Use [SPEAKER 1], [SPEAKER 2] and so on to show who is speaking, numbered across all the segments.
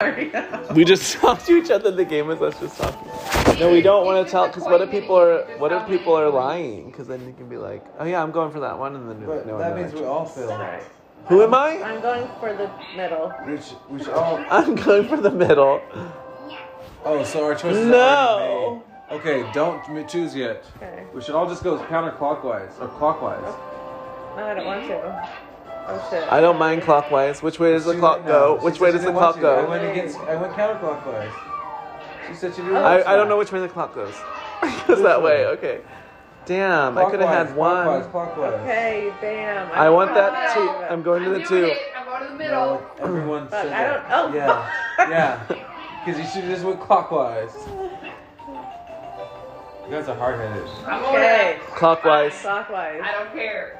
[SPEAKER 1] Sorry.
[SPEAKER 2] We just talk to each other. The game is us just talking. No, we don't want to tell. Cause what if people are? What if people are lying? Cause then you can be like, oh yeah, I'm going for that one, and then
[SPEAKER 3] But
[SPEAKER 2] no,
[SPEAKER 3] that
[SPEAKER 2] no,
[SPEAKER 3] means we
[SPEAKER 2] actually.
[SPEAKER 3] all failed. Right?
[SPEAKER 2] who am I?
[SPEAKER 1] I'm going for the middle.
[SPEAKER 3] We should, we should all.
[SPEAKER 2] I'm going for the middle.
[SPEAKER 3] Oh, so our choices
[SPEAKER 2] No.
[SPEAKER 3] are already made. Okay, don't m- choose yet.
[SPEAKER 1] Okay.
[SPEAKER 3] We should all just go counterclockwise or clockwise.
[SPEAKER 1] No, I don't want to. Oh shit.
[SPEAKER 2] I don't mind clockwise. Which way does the
[SPEAKER 3] She
[SPEAKER 2] clock
[SPEAKER 3] went no.
[SPEAKER 2] go?
[SPEAKER 3] She
[SPEAKER 2] Which
[SPEAKER 3] said
[SPEAKER 2] way
[SPEAKER 3] she
[SPEAKER 2] does the
[SPEAKER 3] didn't want
[SPEAKER 2] clock
[SPEAKER 3] to. I
[SPEAKER 2] go?
[SPEAKER 3] went against. I went counterclockwise. She said she didn't. want
[SPEAKER 2] I, I
[SPEAKER 3] to.
[SPEAKER 2] don't know which way the clock goes. Goes that way. Okay. Damn, I could have had
[SPEAKER 3] Clockwise,
[SPEAKER 2] one.
[SPEAKER 3] Clockwise. clockwise.
[SPEAKER 1] okay, Oh, damn.
[SPEAKER 2] I want that two.
[SPEAKER 1] too.
[SPEAKER 2] I'm going to the
[SPEAKER 4] I'm doing
[SPEAKER 2] two.
[SPEAKER 4] it. I'm going to the middle.
[SPEAKER 3] No, everyone
[SPEAKER 1] But
[SPEAKER 3] said
[SPEAKER 1] I
[SPEAKER 3] that.
[SPEAKER 1] don't- oh.
[SPEAKER 3] Yeah, yeah. Because you should have just went clockwise. You guys are hard headed.
[SPEAKER 4] I'm going
[SPEAKER 1] Okay.
[SPEAKER 2] Clockwise.
[SPEAKER 1] Clockwise.
[SPEAKER 4] I don't care.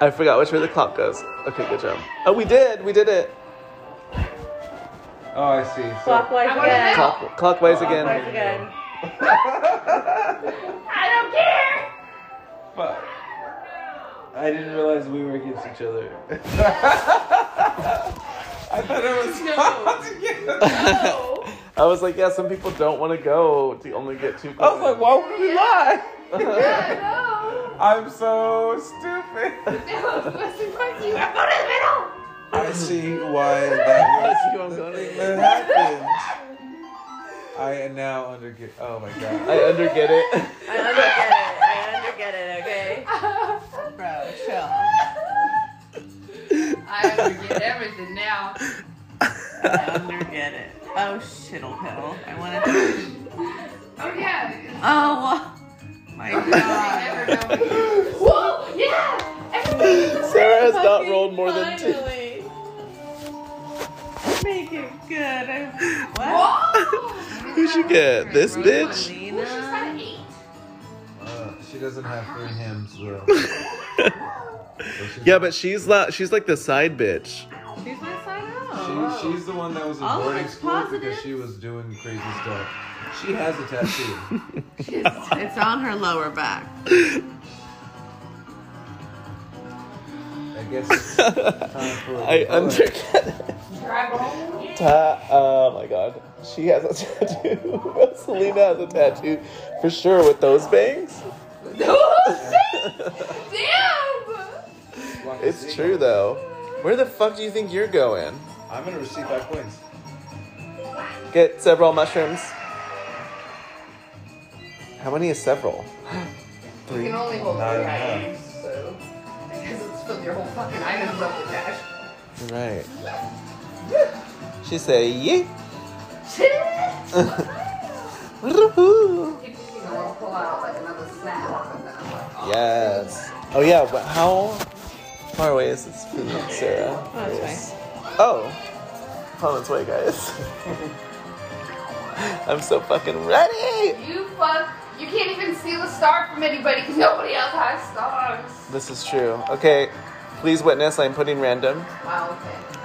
[SPEAKER 2] I forgot which way the clock goes. Okay, good job. Oh, we did. We did it.
[SPEAKER 3] Oh, I see. So,
[SPEAKER 1] Clockwise
[SPEAKER 4] I'm going
[SPEAKER 1] again.
[SPEAKER 4] to
[SPEAKER 2] Clock, clockwise
[SPEAKER 1] Clockwise
[SPEAKER 2] again.
[SPEAKER 1] again.
[SPEAKER 4] the middle. I don't care.
[SPEAKER 3] Fuck. I didn't realize we were against each other. I thought it was us again.
[SPEAKER 4] No.
[SPEAKER 2] I was like, yeah, some people don't want to go to only get two.
[SPEAKER 3] I was like, why would we lie?
[SPEAKER 4] no.
[SPEAKER 3] I'm so stupid.
[SPEAKER 4] No. Listen, fuck you. I'm going to the middle.
[SPEAKER 3] I see why that
[SPEAKER 2] you, I'm going to-
[SPEAKER 3] that happened. I now under Oh my god.
[SPEAKER 2] I underget it.
[SPEAKER 1] I underget it. I underget it, okay?
[SPEAKER 5] Bro, chill.
[SPEAKER 4] I understand everything now.
[SPEAKER 1] I underget it. Oh, shittle piddle. I want to.
[SPEAKER 4] Oh yeah.
[SPEAKER 5] Oh, my god.
[SPEAKER 4] I never know. Whoa. Yeah. Everything.
[SPEAKER 2] Sarah has not rolled more than two.
[SPEAKER 1] Finally. Make it good. I- What?
[SPEAKER 4] Whoa.
[SPEAKER 2] Who'd you get? This bitch?
[SPEAKER 4] She said eight.
[SPEAKER 3] Uh, she doesn't have three hymns though.
[SPEAKER 2] Yeah, but she's la- she's like the side bitch.
[SPEAKER 5] She's my side
[SPEAKER 3] She,
[SPEAKER 5] out.
[SPEAKER 3] she's the one that was in
[SPEAKER 5] All of
[SPEAKER 3] boarding
[SPEAKER 5] Oh, it's
[SPEAKER 3] school because
[SPEAKER 5] positive.
[SPEAKER 3] she was doing crazy stuff. She has a tattoo.
[SPEAKER 5] It's, it's on her lower back.
[SPEAKER 3] I guess it's time for.
[SPEAKER 2] I underget it.
[SPEAKER 4] Drive home.
[SPEAKER 2] Ta- oh my god. She has a tattoo. Rosalina has a tattoo for sure with those bangs.
[SPEAKER 3] Oh,
[SPEAKER 4] Damn.
[SPEAKER 2] It's true though. Where the fuck do you think you're going?
[SPEAKER 3] I'm gonna receive five points.
[SPEAKER 2] Get several mushrooms. How many is several?
[SPEAKER 4] You
[SPEAKER 2] Three.
[SPEAKER 4] can only hold
[SPEAKER 3] Not
[SPEAKER 4] three
[SPEAKER 3] enough.
[SPEAKER 4] items, so because it's filled your whole fucking items up with
[SPEAKER 2] Right.
[SPEAKER 4] cash.
[SPEAKER 2] She say yeah. Woohoo.
[SPEAKER 4] If you can all pull out like another snap, and then I'm like, oh.
[SPEAKER 2] Yes. Oh yeah. But how far away is this from Sarah?
[SPEAKER 5] Oh, it's fine.
[SPEAKER 2] Oh, Comment's way, guys. I'm so fucking ready.
[SPEAKER 4] You fuck. You can't even steal a star from anybody because nobody else has stars.
[SPEAKER 2] This is true. Okay, please witness. I'm putting random.
[SPEAKER 4] Wow. Okay.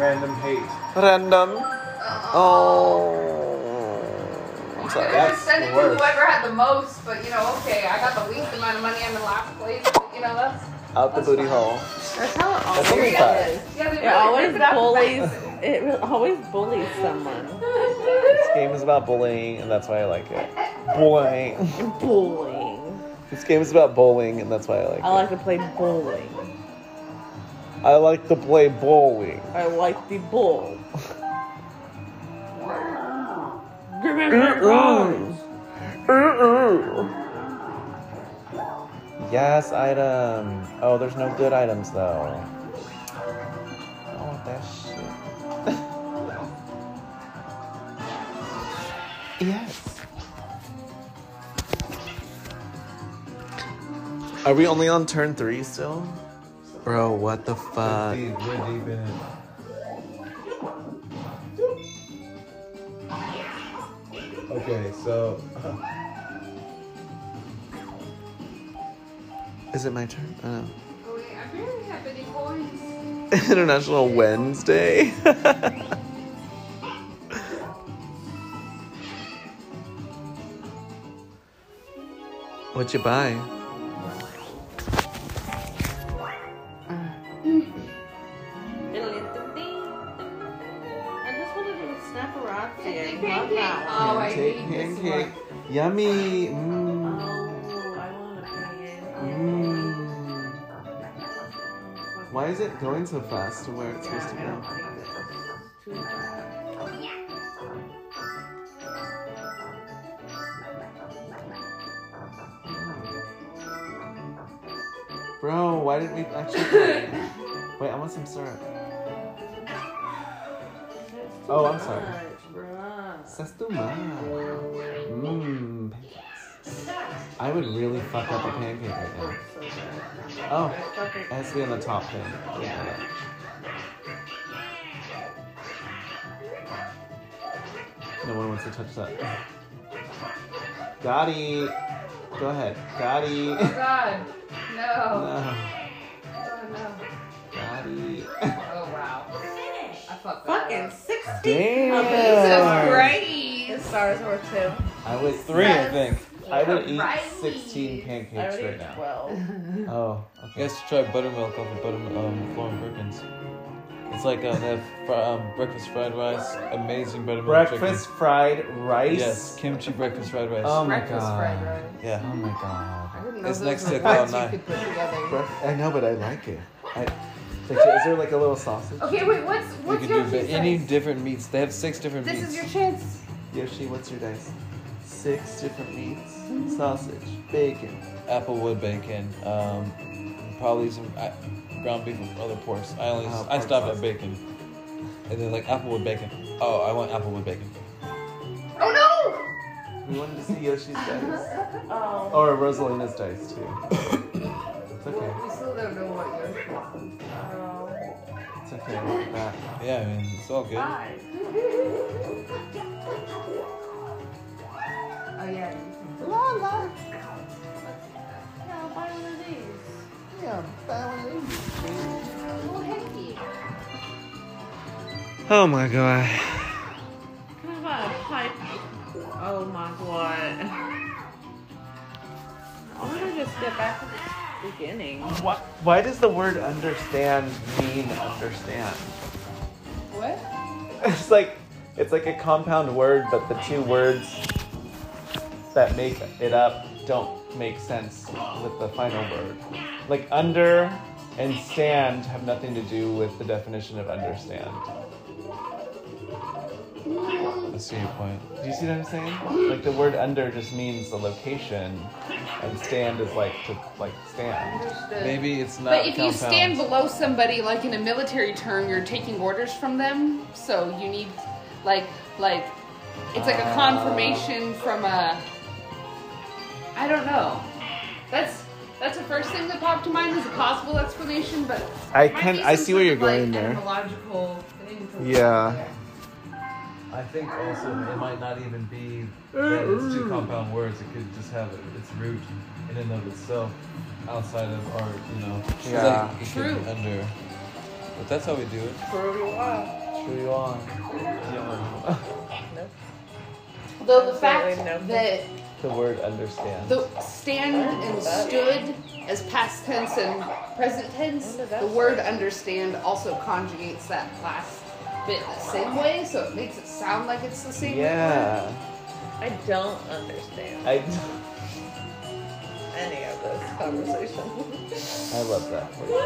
[SPEAKER 3] Random hate.
[SPEAKER 2] Random.
[SPEAKER 4] Uh,
[SPEAKER 2] Oh. I'm
[SPEAKER 4] I
[SPEAKER 2] sorry.
[SPEAKER 4] would
[SPEAKER 3] that's
[SPEAKER 4] send it
[SPEAKER 3] the
[SPEAKER 4] to
[SPEAKER 3] worst.
[SPEAKER 4] whoever had the most, but you know, okay, I got the least amount of money. I'm in last place. But, you know, that's
[SPEAKER 2] Out the booty hole.
[SPEAKER 5] That's how it always
[SPEAKER 2] That's only five.
[SPEAKER 5] is.
[SPEAKER 4] yeah. They
[SPEAKER 5] It always
[SPEAKER 4] rip it out the
[SPEAKER 5] bullies. It re- always bullies someone.
[SPEAKER 2] This game is about bullying, and that's why I like it. Bullying.
[SPEAKER 5] Bullying.
[SPEAKER 2] This game is about bowling, and that's why I like
[SPEAKER 5] I like to play bowling.
[SPEAKER 2] it. I like to play bowling.
[SPEAKER 5] I like the ball. Give me my
[SPEAKER 2] Mm-mm.
[SPEAKER 5] balls.
[SPEAKER 2] Mm-mm. Yes, item. Oh, there's no good items though. I don't want that shit. yes. Are we only on turn three still? Bro, what the fuck?
[SPEAKER 3] deep, we're deep in it. Okay, so
[SPEAKER 2] Is it my turn? I don't know.
[SPEAKER 4] Oh, wait, I barely have any coins.
[SPEAKER 2] International Wednesday. what you buy?
[SPEAKER 1] Snapperazzi. I
[SPEAKER 4] Pancake.
[SPEAKER 1] love that one.
[SPEAKER 4] Oh, I
[SPEAKER 2] Pancake,
[SPEAKER 4] hate this
[SPEAKER 2] pancake.
[SPEAKER 4] one.
[SPEAKER 2] Yummy. Mm.
[SPEAKER 1] Oh, I want to pay
[SPEAKER 2] Mm. Why is it going so fast to where it's supposed to
[SPEAKER 1] Yeah, I don't
[SPEAKER 2] go?
[SPEAKER 1] like this. It's too much.
[SPEAKER 2] Bro, why didn't we actually? Wait, I want some syrup.
[SPEAKER 1] It's too
[SPEAKER 2] Oh, I'm sorry.
[SPEAKER 1] much, bruh.
[SPEAKER 2] That's too much. Mmm, pancakes. I would really fuck up a pancake right
[SPEAKER 1] So good.
[SPEAKER 2] now. Oh,
[SPEAKER 1] Fucking
[SPEAKER 2] it has to be on the top thing. No one wants to touch that. Gotti, go ahead.
[SPEAKER 4] Oh,
[SPEAKER 2] Gotti.
[SPEAKER 4] God. No.
[SPEAKER 2] No.
[SPEAKER 4] Oh, no.
[SPEAKER 2] Gotti.
[SPEAKER 4] Oh, wow. I fucked that
[SPEAKER 1] Fucking
[SPEAKER 4] up.
[SPEAKER 1] 60.
[SPEAKER 4] Jesus
[SPEAKER 2] Damn.
[SPEAKER 4] Christ.
[SPEAKER 5] The stars were two.
[SPEAKER 2] I would three, I think. I would eat
[SPEAKER 4] Right.
[SPEAKER 2] 16
[SPEAKER 5] I
[SPEAKER 2] pancakes
[SPEAKER 5] would
[SPEAKER 2] right
[SPEAKER 5] eat
[SPEAKER 2] now.
[SPEAKER 5] twelve.
[SPEAKER 2] Oh,
[SPEAKER 3] You
[SPEAKER 2] okay.
[SPEAKER 3] guys should try buttermilk off of buttermilk, um, Florin Perkins. It's like uh, they have fr- um, breakfast fried rice, amazing buttermilk
[SPEAKER 2] Breakfast fried
[SPEAKER 3] chicken.
[SPEAKER 2] rice.
[SPEAKER 3] Yes, kimchi breakfast fried rice.
[SPEAKER 2] Oh my
[SPEAKER 4] Breakfast fried
[SPEAKER 2] god.
[SPEAKER 4] rice.
[SPEAKER 3] Yeah.
[SPEAKER 2] Oh my god.
[SPEAKER 4] I didn't know
[SPEAKER 3] It's
[SPEAKER 4] those
[SPEAKER 3] next
[SPEAKER 4] were
[SPEAKER 3] to cloud
[SPEAKER 4] words you
[SPEAKER 3] nine.
[SPEAKER 4] could put together.
[SPEAKER 2] Bref- I know, but I like it. I, like, is there like a little sausage?
[SPEAKER 4] Okay, wait, what's,
[SPEAKER 3] You
[SPEAKER 4] what's
[SPEAKER 3] can
[SPEAKER 4] your
[SPEAKER 3] do ba-
[SPEAKER 4] cheese
[SPEAKER 3] any
[SPEAKER 4] dice?
[SPEAKER 3] different meats. They have six different
[SPEAKER 4] This
[SPEAKER 3] meats.
[SPEAKER 4] is your chance.
[SPEAKER 2] Yoshi, what's your dice? Six different meats, sausage, bacon.
[SPEAKER 3] Applewood bacon, um, probably some I, ground beef and other porks. I only
[SPEAKER 2] Oh,
[SPEAKER 3] I
[SPEAKER 2] pork
[SPEAKER 3] stopped
[SPEAKER 2] sausage.
[SPEAKER 3] at bacon, and then like Applewood bacon. Oh, I want Applewood bacon.
[SPEAKER 4] Oh, no!
[SPEAKER 2] We wanted to see Yoshi's dice.
[SPEAKER 5] Oh.
[SPEAKER 2] Or Rosalina's dice, too. It's okay.
[SPEAKER 4] We still don't know what your choices
[SPEAKER 2] It's okay. We'll be back.
[SPEAKER 3] Yeah, I mean it's all good.
[SPEAKER 1] Five.
[SPEAKER 4] are. Oh yeah.
[SPEAKER 1] Yeah, buy one of these.
[SPEAKER 4] Well, hecky.
[SPEAKER 2] Oh my god.
[SPEAKER 1] Can I buy a pipe? Oh my god.
[SPEAKER 5] I want to just get back to the beginning.
[SPEAKER 2] Why, why does the word understand mean understand?
[SPEAKER 4] What?
[SPEAKER 2] It's like it's like a compound word, but the two words that make it up don't make sense with the final word. Like under and stand have nothing to do with the definition of understand.
[SPEAKER 3] I see your point.
[SPEAKER 2] Do you see what I'm saying? Like the word under just means the location, and stand is like to like stand.
[SPEAKER 3] Maybe it's not.
[SPEAKER 4] But if you
[SPEAKER 3] compound.
[SPEAKER 4] stand below somebody, like in a military term, you're taking orders from them. So you need, like, like, it's like
[SPEAKER 2] Uh.
[SPEAKER 4] a confirmation from a. I don't know. That's that's the first thing that popped to mind as a possible explanation, but
[SPEAKER 2] I
[SPEAKER 4] might
[SPEAKER 2] can-
[SPEAKER 4] be
[SPEAKER 2] I
[SPEAKER 4] some
[SPEAKER 2] see where
[SPEAKER 4] sort
[SPEAKER 2] you're
[SPEAKER 4] of,
[SPEAKER 2] going
[SPEAKER 4] like,
[SPEAKER 2] there.
[SPEAKER 4] etymological thing to-
[SPEAKER 2] Yeah.
[SPEAKER 3] I think also it might not even be that it's two compound words. It could just have its root in and of itself outside of art, you know.
[SPEAKER 2] Yeah.
[SPEAKER 3] Like, it could
[SPEAKER 4] True.
[SPEAKER 3] be Under. But that's how we do it.
[SPEAKER 2] Sure you are. Yeah.
[SPEAKER 4] Though the fact
[SPEAKER 5] Absolutely no.
[SPEAKER 4] that
[SPEAKER 2] The word understand.
[SPEAKER 4] the stand and stood as past tense and present tense,
[SPEAKER 5] Wonder that's
[SPEAKER 4] the word understand also conjugates that last bit the same way, so it makes it sound like it's the same.
[SPEAKER 2] yeah.
[SPEAKER 5] I don't understand
[SPEAKER 2] I,
[SPEAKER 5] any of this conversation.
[SPEAKER 2] I love that. for you.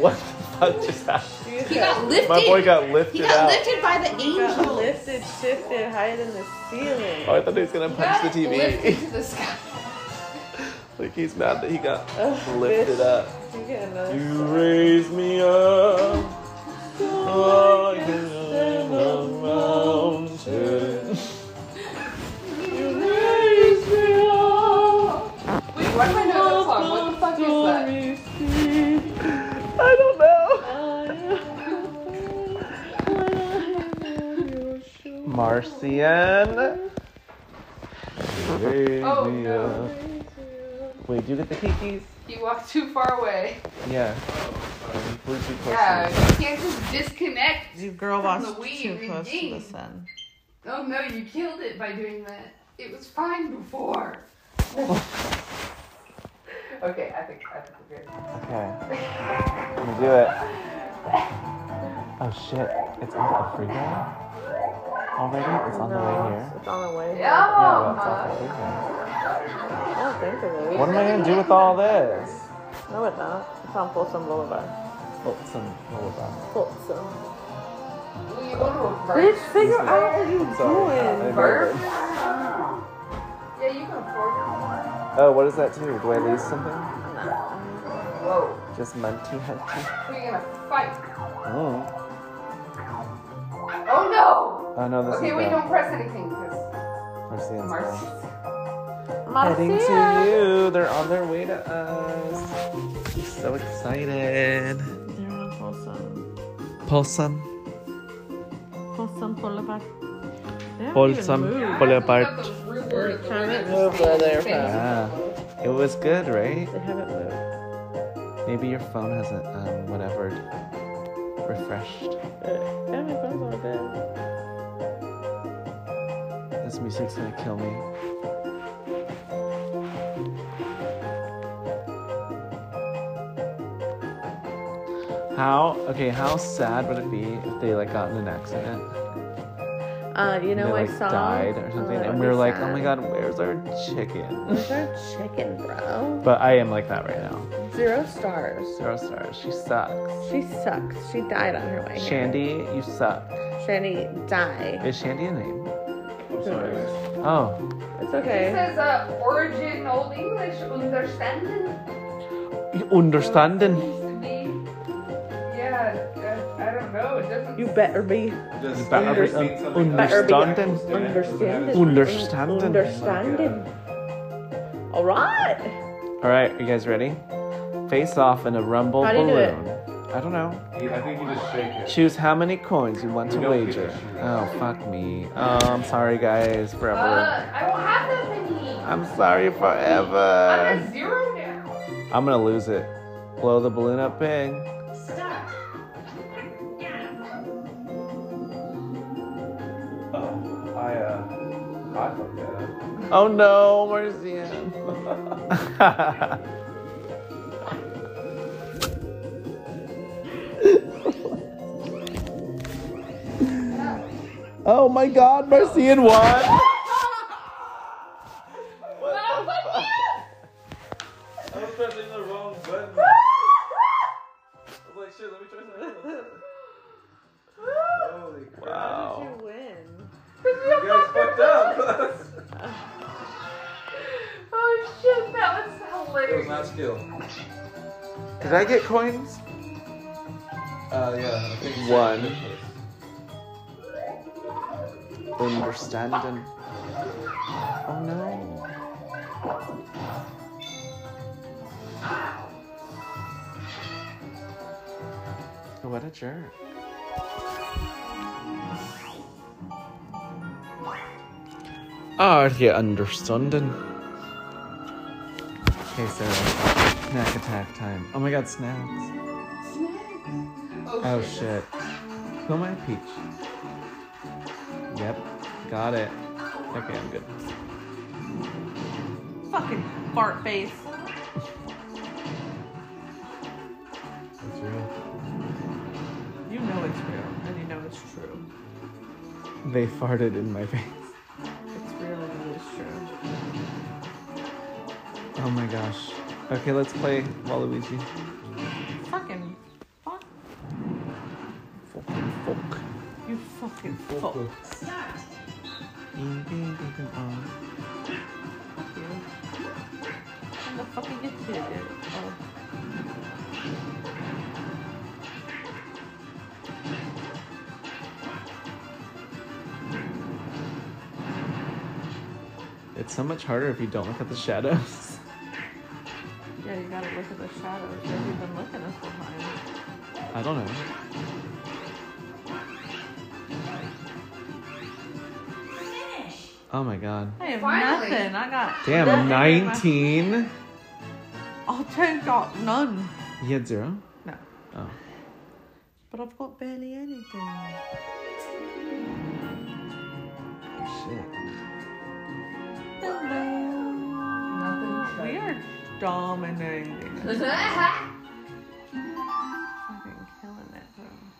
[SPEAKER 2] What the fuck just happened?
[SPEAKER 5] You
[SPEAKER 4] He got lifted.
[SPEAKER 2] My boy got lifted
[SPEAKER 4] He got
[SPEAKER 2] out.
[SPEAKER 4] lifted by the
[SPEAKER 5] You got
[SPEAKER 4] angel.
[SPEAKER 5] lifted, shifted, higher than the ceiling.
[SPEAKER 2] Oh, I thought he was gonna punch the
[SPEAKER 4] Lifted
[SPEAKER 2] TV.
[SPEAKER 4] to the sky.
[SPEAKER 2] like he's mad that he got
[SPEAKER 5] Ugh,
[SPEAKER 2] lifted
[SPEAKER 5] bitch.
[SPEAKER 2] up.
[SPEAKER 5] You get another
[SPEAKER 2] You
[SPEAKER 5] star.
[SPEAKER 2] raise me up. Oh,
[SPEAKER 5] I
[SPEAKER 2] I
[SPEAKER 5] can
[SPEAKER 2] can
[SPEAKER 5] stand
[SPEAKER 2] mountain.
[SPEAKER 4] Wait, why do I know that song? What the fuck is that?
[SPEAKER 2] I don't know. Marcian. You raise
[SPEAKER 4] Oh,
[SPEAKER 2] me
[SPEAKER 4] no.
[SPEAKER 2] up. Wait, do you get the kikis?
[SPEAKER 4] He walked too far away.
[SPEAKER 2] Yeah. Where'd you put
[SPEAKER 4] Yeah,
[SPEAKER 2] them?
[SPEAKER 4] you can't just disconnect.
[SPEAKER 1] You girl
[SPEAKER 4] From the
[SPEAKER 1] watched
[SPEAKER 4] weed
[SPEAKER 1] too close to the
[SPEAKER 4] indeed.
[SPEAKER 1] sun.
[SPEAKER 4] Oh no, you killed it by doing that. It was fine before. okay, I think I think we're good.
[SPEAKER 2] Okay. I'm gonna do it. Oh shit. It's on the free guy? already? It's on the way here.
[SPEAKER 5] It's on the way.
[SPEAKER 4] Yeah. uh,
[SPEAKER 2] Yeah, well, it's off the freeway.
[SPEAKER 5] I don't think it is.
[SPEAKER 2] What am I gonna do with all this? Oh,
[SPEAKER 5] No, it's not. It's on Folsom Boulevard.
[SPEAKER 2] Fulton Boulevard.
[SPEAKER 5] Folsom.
[SPEAKER 4] Ooh, uh, you go to a
[SPEAKER 5] Bitch,
[SPEAKER 4] birth.
[SPEAKER 5] figure out what you're
[SPEAKER 2] Sorry.
[SPEAKER 5] doing.
[SPEAKER 4] Birth? Yeah, you can afford your one.
[SPEAKER 2] Oh, what is that too? Do I lose something?
[SPEAKER 4] Whoa.
[SPEAKER 2] Just munty hunty.
[SPEAKER 4] Who are you gonna fight?
[SPEAKER 2] Mm.
[SPEAKER 4] Oh no!
[SPEAKER 2] Oh no, this
[SPEAKER 4] Okay,
[SPEAKER 2] is
[SPEAKER 4] wait,
[SPEAKER 2] the-
[SPEAKER 4] don't press anything because
[SPEAKER 2] Marcian's going.
[SPEAKER 4] Marcy's.
[SPEAKER 2] Heading
[SPEAKER 5] Marcia.
[SPEAKER 2] to you. They're on their way to us. I'm so excited.
[SPEAKER 5] They're on Folsom.
[SPEAKER 2] Polson.
[SPEAKER 5] Folsom Boulevard. They haven't
[SPEAKER 2] Polson
[SPEAKER 5] even moved.
[SPEAKER 2] Boulevard.
[SPEAKER 5] there
[SPEAKER 2] Ah, it was good, right?
[SPEAKER 5] They haven't moved.
[SPEAKER 2] Maybe your phone hasn't, um, whatever, refreshed.
[SPEAKER 5] Uh, yeah, my phone's on bed.
[SPEAKER 2] This music's gonna kill me. How okay? How sad would it be if they like got in an accident?
[SPEAKER 5] Uh, you
[SPEAKER 2] and
[SPEAKER 5] know,
[SPEAKER 2] they,
[SPEAKER 5] I
[SPEAKER 2] like,
[SPEAKER 5] saw.
[SPEAKER 2] died or
[SPEAKER 5] Oh,
[SPEAKER 2] something,
[SPEAKER 5] that
[SPEAKER 2] and
[SPEAKER 5] would
[SPEAKER 2] we
[SPEAKER 5] be
[SPEAKER 2] were like,
[SPEAKER 5] sad.
[SPEAKER 2] "Oh my god, where's our chicken?"
[SPEAKER 5] Where's our chicken, bro?
[SPEAKER 2] But I am like that right now.
[SPEAKER 5] Zero stars.
[SPEAKER 2] Zero stars. She sucks.
[SPEAKER 5] She sucks. She died on her way here.
[SPEAKER 2] Shandy, you suck.
[SPEAKER 5] Shandy, die.
[SPEAKER 2] Is Shandy a name?
[SPEAKER 3] I'm sorry. guys.
[SPEAKER 2] Oh,
[SPEAKER 5] It's
[SPEAKER 4] It
[SPEAKER 5] okay.
[SPEAKER 4] says uh, origin Old English understanding.
[SPEAKER 2] you understanding?
[SPEAKER 4] Seems to be- Yeah, uh, I don't know. It doesn't.
[SPEAKER 5] You better be
[SPEAKER 3] Just
[SPEAKER 2] Better be-
[SPEAKER 3] understand something
[SPEAKER 2] un-
[SPEAKER 3] else.
[SPEAKER 2] understanding.
[SPEAKER 5] understanding.
[SPEAKER 2] Understanding.
[SPEAKER 5] Understanding. All right.
[SPEAKER 2] All right, you guys ready? Face off in a rumble
[SPEAKER 5] How do you do
[SPEAKER 2] balloon. I don't know.
[SPEAKER 3] You- I think you just shake it.
[SPEAKER 2] Choose how many coins you want to
[SPEAKER 3] You don't get
[SPEAKER 2] wager.
[SPEAKER 3] to choose.
[SPEAKER 2] Oh, fuck me. Oh, I'm sorry, guys,
[SPEAKER 4] uh,
[SPEAKER 2] forever.
[SPEAKER 4] I don't have that thingy.
[SPEAKER 2] I'm sorry
[SPEAKER 4] I'm
[SPEAKER 2] forever.
[SPEAKER 4] at zero now.
[SPEAKER 2] I'm gonna lose it. Blow the balloon up big.
[SPEAKER 3] Oh, I, uh, I fucked that up.
[SPEAKER 2] Oh no, Marcian. oh my god, Marcian won!
[SPEAKER 4] Oh, fuck
[SPEAKER 3] I was pressing the wrong button. I was like, shit, let me try something else. Holy crap.
[SPEAKER 2] Wow.
[SPEAKER 5] You win.
[SPEAKER 3] You guys fucked up.
[SPEAKER 4] you. Oh shit, that was
[SPEAKER 3] that was
[SPEAKER 4] hilarious.
[SPEAKER 3] not skill.
[SPEAKER 2] Did I get coins?
[SPEAKER 3] Uh, yeah, I think so.
[SPEAKER 2] One. Understanding. Oh no. What a jerk. Are you understanding? Okay, Sarah. Snack attack time. Oh my god, snacks. Oh shit. Who am I, Peach? Yep, got it. Okay, I'm good.
[SPEAKER 1] Fucking fart face.
[SPEAKER 3] That's real.
[SPEAKER 1] You know it's real, and you know it's true.
[SPEAKER 2] They farted in my face.
[SPEAKER 1] It's real and it is true.
[SPEAKER 2] Oh my gosh. Okay, let's play Waluigi.
[SPEAKER 1] Fucking fuck.
[SPEAKER 2] Fucking fuck.
[SPEAKER 1] You fucking fuck.
[SPEAKER 3] Cool.
[SPEAKER 2] Ding, ding, ding, ding, oh.
[SPEAKER 1] you. When the fuck did you do? Oh.
[SPEAKER 2] It's so much harder if you don't look at the shadows.
[SPEAKER 1] Yeah, you gotta look at the shadows. Where have you been looking this whole time?
[SPEAKER 2] I don't know. Oh my god.
[SPEAKER 1] I have
[SPEAKER 4] Finally.
[SPEAKER 1] nothing. I got
[SPEAKER 2] Damn,
[SPEAKER 1] nothing in my-
[SPEAKER 2] 19?
[SPEAKER 1] Oh, ten got none.
[SPEAKER 2] You had zero?
[SPEAKER 1] No,
[SPEAKER 2] Oh.
[SPEAKER 1] but I've got barely anything.
[SPEAKER 2] Shit.
[SPEAKER 1] Hello. We
[SPEAKER 4] Nothing
[SPEAKER 1] are dominating.
[SPEAKER 4] shut.
[SPEAKER 1] Fucking killing it.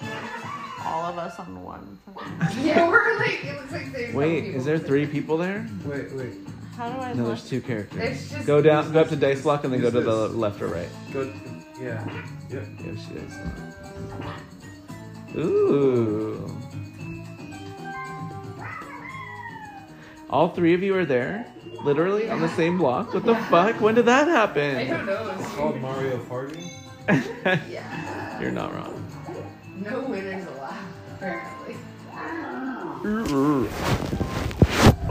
[SPEAKER 1] Though. All of us on one.
[SPEAKER 4] Yeah, we're like, it looks like there's
[SPEAKER 2] Wait,
[SPEAKER 4] people
[SPEAKER 2] is there
[SPEAKER 4] with
[SPEAKER 2] three people there?
[SPEAKER 3] Wait, wait.
[SPEAKER 1] How do I
[SPEAKER 2] No,
[SPEAKER 1] look?
[SPEAKER 2] there's two characters.
[SPEAKER 4] It's just
[SPEAKER 2] Go down, go up to dice lock, and then go to
[SPEAKER 3] Who's
[SPEAKER 2] the
[SPEAKER 3] this?
[SPEAKER 2] left or right.
[SPEAKER 3] Go. Yeah. Yep.
[SPEAKER 2] Go to dice lock. Ooh. All three of you are there, literally on the same block. What the fuck? When did that
[SPEAKER 4] I
[SPEAKER 2] happen?
[SPEAKER 4] don't know.
[SPEAKER 3] It's called Mario Party.
[SPEAKER 4] yeah.
[SPEAKER 2] You're not wrong.
[SPEAKER 4] No winners allowed, apparently.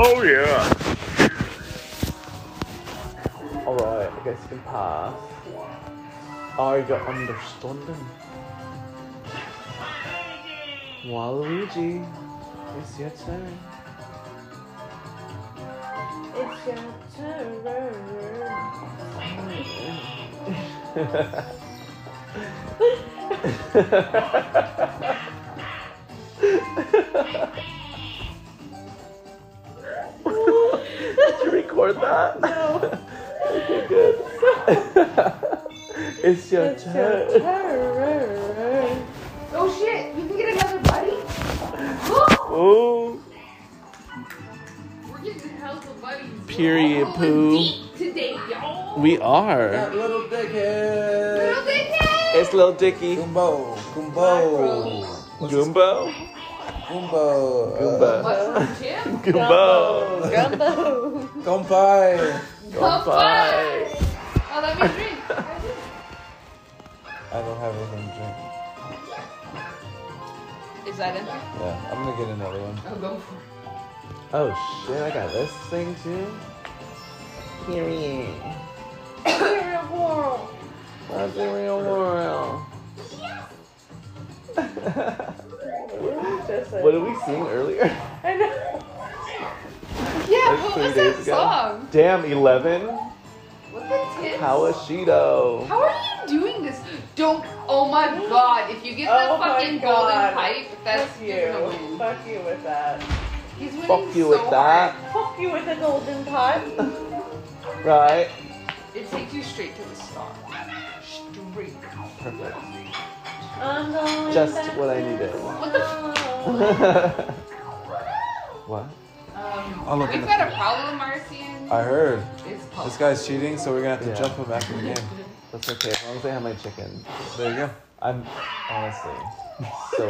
[SPEAKER 2] Oh yeah. All right, I guess you can pass. Are you understanding? Waluigi, it's your turn.
[SPEAKER 5] It's your turn.
[SPEAKER 2] Did you record that? No. okay, good. it's your
[SPEAKER 5] It's your
[SPEAKER 2] turn.
[SPEAKER 5] turn.
[SPEAKER 4] Oh shit, you can get another buddy? Look!
[SPEAKER 2] Oh,
[SPEAKER 4] We're getting hella buddies. We're
[SPEAKER 2] Period,
[SPEAKER 4] all
[SPEAKER 2] poo.
[SPEAKER 4] deep today, y'all.
[SPEAKER 2] we are.
[SPEAKER 3] That little dickhead.
[SPEAKER 4] Little dickhead!
[SPEAKER 2] It's Lil Dicky.
[SPEAKER 3] Goombo. Goombo.
[SPEAKER 2] Goombo.
[SPEAKER 3] Goombo.
[SPEAKER 2] Goomba.
[SPEAKER 4] Mushroom chip?
[SPEAKER 2] Goombo.
[SPEAKER 5] Gumbo.
[SPEAKER 3] Goombo.
[SPEAKER 4] Goodbye! Oh, that means drink.
[SPEAKER 3] I don't have anything to drink.
[SPEAKER 4] Is that in there?
[SPEAKER 3] Yeah, I'm gonna get another one.
[SPEAKER 4] Oh, go for it.
[SPEAKER 2] Oh shit, I got this thing too. Period. That's the real world.
[SPEAKER 5] Just like-
[SPEAKER 2] What did we sing earlier?
[SPEAKER 5] I know.
[SPEAKER 4] Yeah,
[SPEAKER 2] Like
[SPEAKER 4] what
[SPEAKER 2] three
[SPEAKER 4] was
[SPEAKER 2] days ago.
[SPEAKER 4] that song?
[SPEAKER 2] Damn, 11.
[SPEAKER 4] What the tits?
[SPEAKER 2] Kawashido.
[SPEAKER 4] How are you doing this? Don't. Oh my god! If you get
[SPEAKER 5] Oh
[SPEAKER 4] the
[SPEAKER 5] my
[SPEAKER 4] fucking
[SPEAKER 5] God.
[SPEAKER 4] golden pipe, that's
[SPEAKER 5] Fuck
[SPEAKER 4] you're gonna
[SPEAKER 5] you.
[SPEAKER 4] win.
[SPEAKER 5] Fuck you with that.
[SPEAKER 4] He's winning
[SPEAKER 2] Fuck you
[SPEAKER 4] so
[SPEAKER 2] with that,
[SPEAKER 5] Fuck you with the golden pot.
[SPEAKER 2] right?
[SPEAKER 4] hard. It takes you straight to the star. Straight.
[SPEAKER 2] Perfect.
[SPEAKER 5] I'm going
[SPEAKER 2] Just
[SPEAKER 5] back
[SPEAKER 2] what I
[SPEAKER 5] to
[SPEAKER 2] needed.
[SPEAKER 4] What the? F-
[SPEAKER 5] town.
[SPEAKER 2] what?
[SPEAKER 3] I'll
[SPEAKER 4] um,
[SPEAKER 3] look
[SPEAKER 4] we've
[SPEAKER 3] it
[SPEAKER 4] got a problem, Marcian.
[SPEAKER 3] I heard
[SPEAKER 4] It's
[SPEAKER 3] this
[SPEAKER 4] public.
[SPEAKER 3] guy's cheating, so we're gonna have to
[SPEAKER 2] Yeah.
[SPEAKER 3] jump him after the game.
[SPEAKER 2] That's okay, as long as I have my chicken.
[SPEAKER 3] There you go.
[SPEAKER 2] I'm honestly so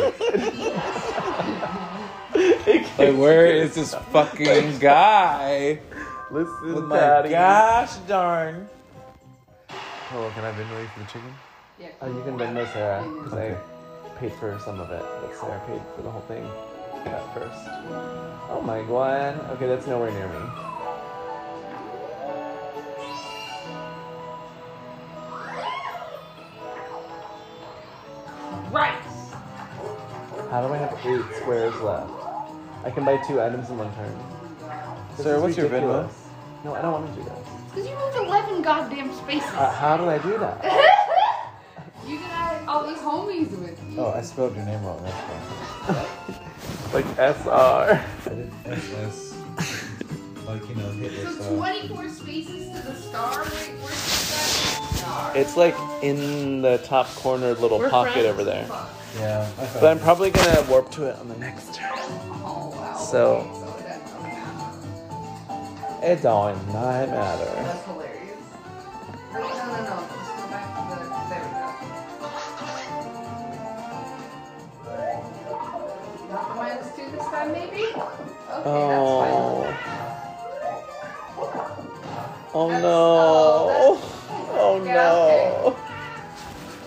[SPEAKER 2] excited.
[SPEAKER 3] Like, where is this fucking guy?
[SPEAKER 2] Listen,
[SPEAKER 3] With my
[SPEAKER 2] Daddy.
[SPEAKER 3] gosh darn. Oh, can I Venmo you for the chicken?
[SPEAKER 4] Yeah.
[SPEAKER 2] Oh, you can Venmo Sarah because I paid for some of it, but Sarah paid for the whole thing at first. Oh my god. Okay, that's nowhere near me.
[SPEAKER 4] Right.
[SPEAKER 2] How do I have eight squares left? I can buy two items in one turn. This
[SPEAKER 3] Sarah,
[SPEAKER 2] is
[SPEAKER 3] what's your Venmo?
[SPEAKER 2] ridiculous. No, I don't want to do that.
[SPEAKER 4] Because you moved eleven goddamn spaces.
[SPEAKER 2] Uh, how did I do that?
[SPEAKER 4] you got all these homies with you.
[SPEAKER 3] Oh, I spelled your name wrong. That's fine.
[SPEAKER 2] Like SR.
[SPEAKER 3] I did S. Like, you know, uh, Hitler
[SPEAKER 4] So 24 spaces to the star? Wait, where's the star?
[SPEAKER 2] It's like in the top corner little
[SPEAKER 5] We're
[SPEAKER 2] pocket
[SPEAKER 5] friends.
[SPEAKER 2] over there.
[SPEAKER 4] Fuck.
[SPEAKER 3] Yeah. I
[SPEAKER 2] But I'm probably gonna warp to it on the next turn.
[SPEAKER 4] Oh, wow.
[SPEAKER 2] So-
[SPEAKER 4] Okay, so that's,
[SPEAKER 2] It don't not matter.
[SPEAKER 4] that's hilarious. No, no, no, no. Just go back to the. There we go. Not the minus two this time, maybe? Okay,
[SPEAKER 2] Oh.
[SPEAKER 4] that's fine.
[SPEAKER 2] Oh
[SPEAKER 4] That's-
[SPEAKER 2] no. Oh
[SPEAKER 4] oh, that's- Yeah, okay.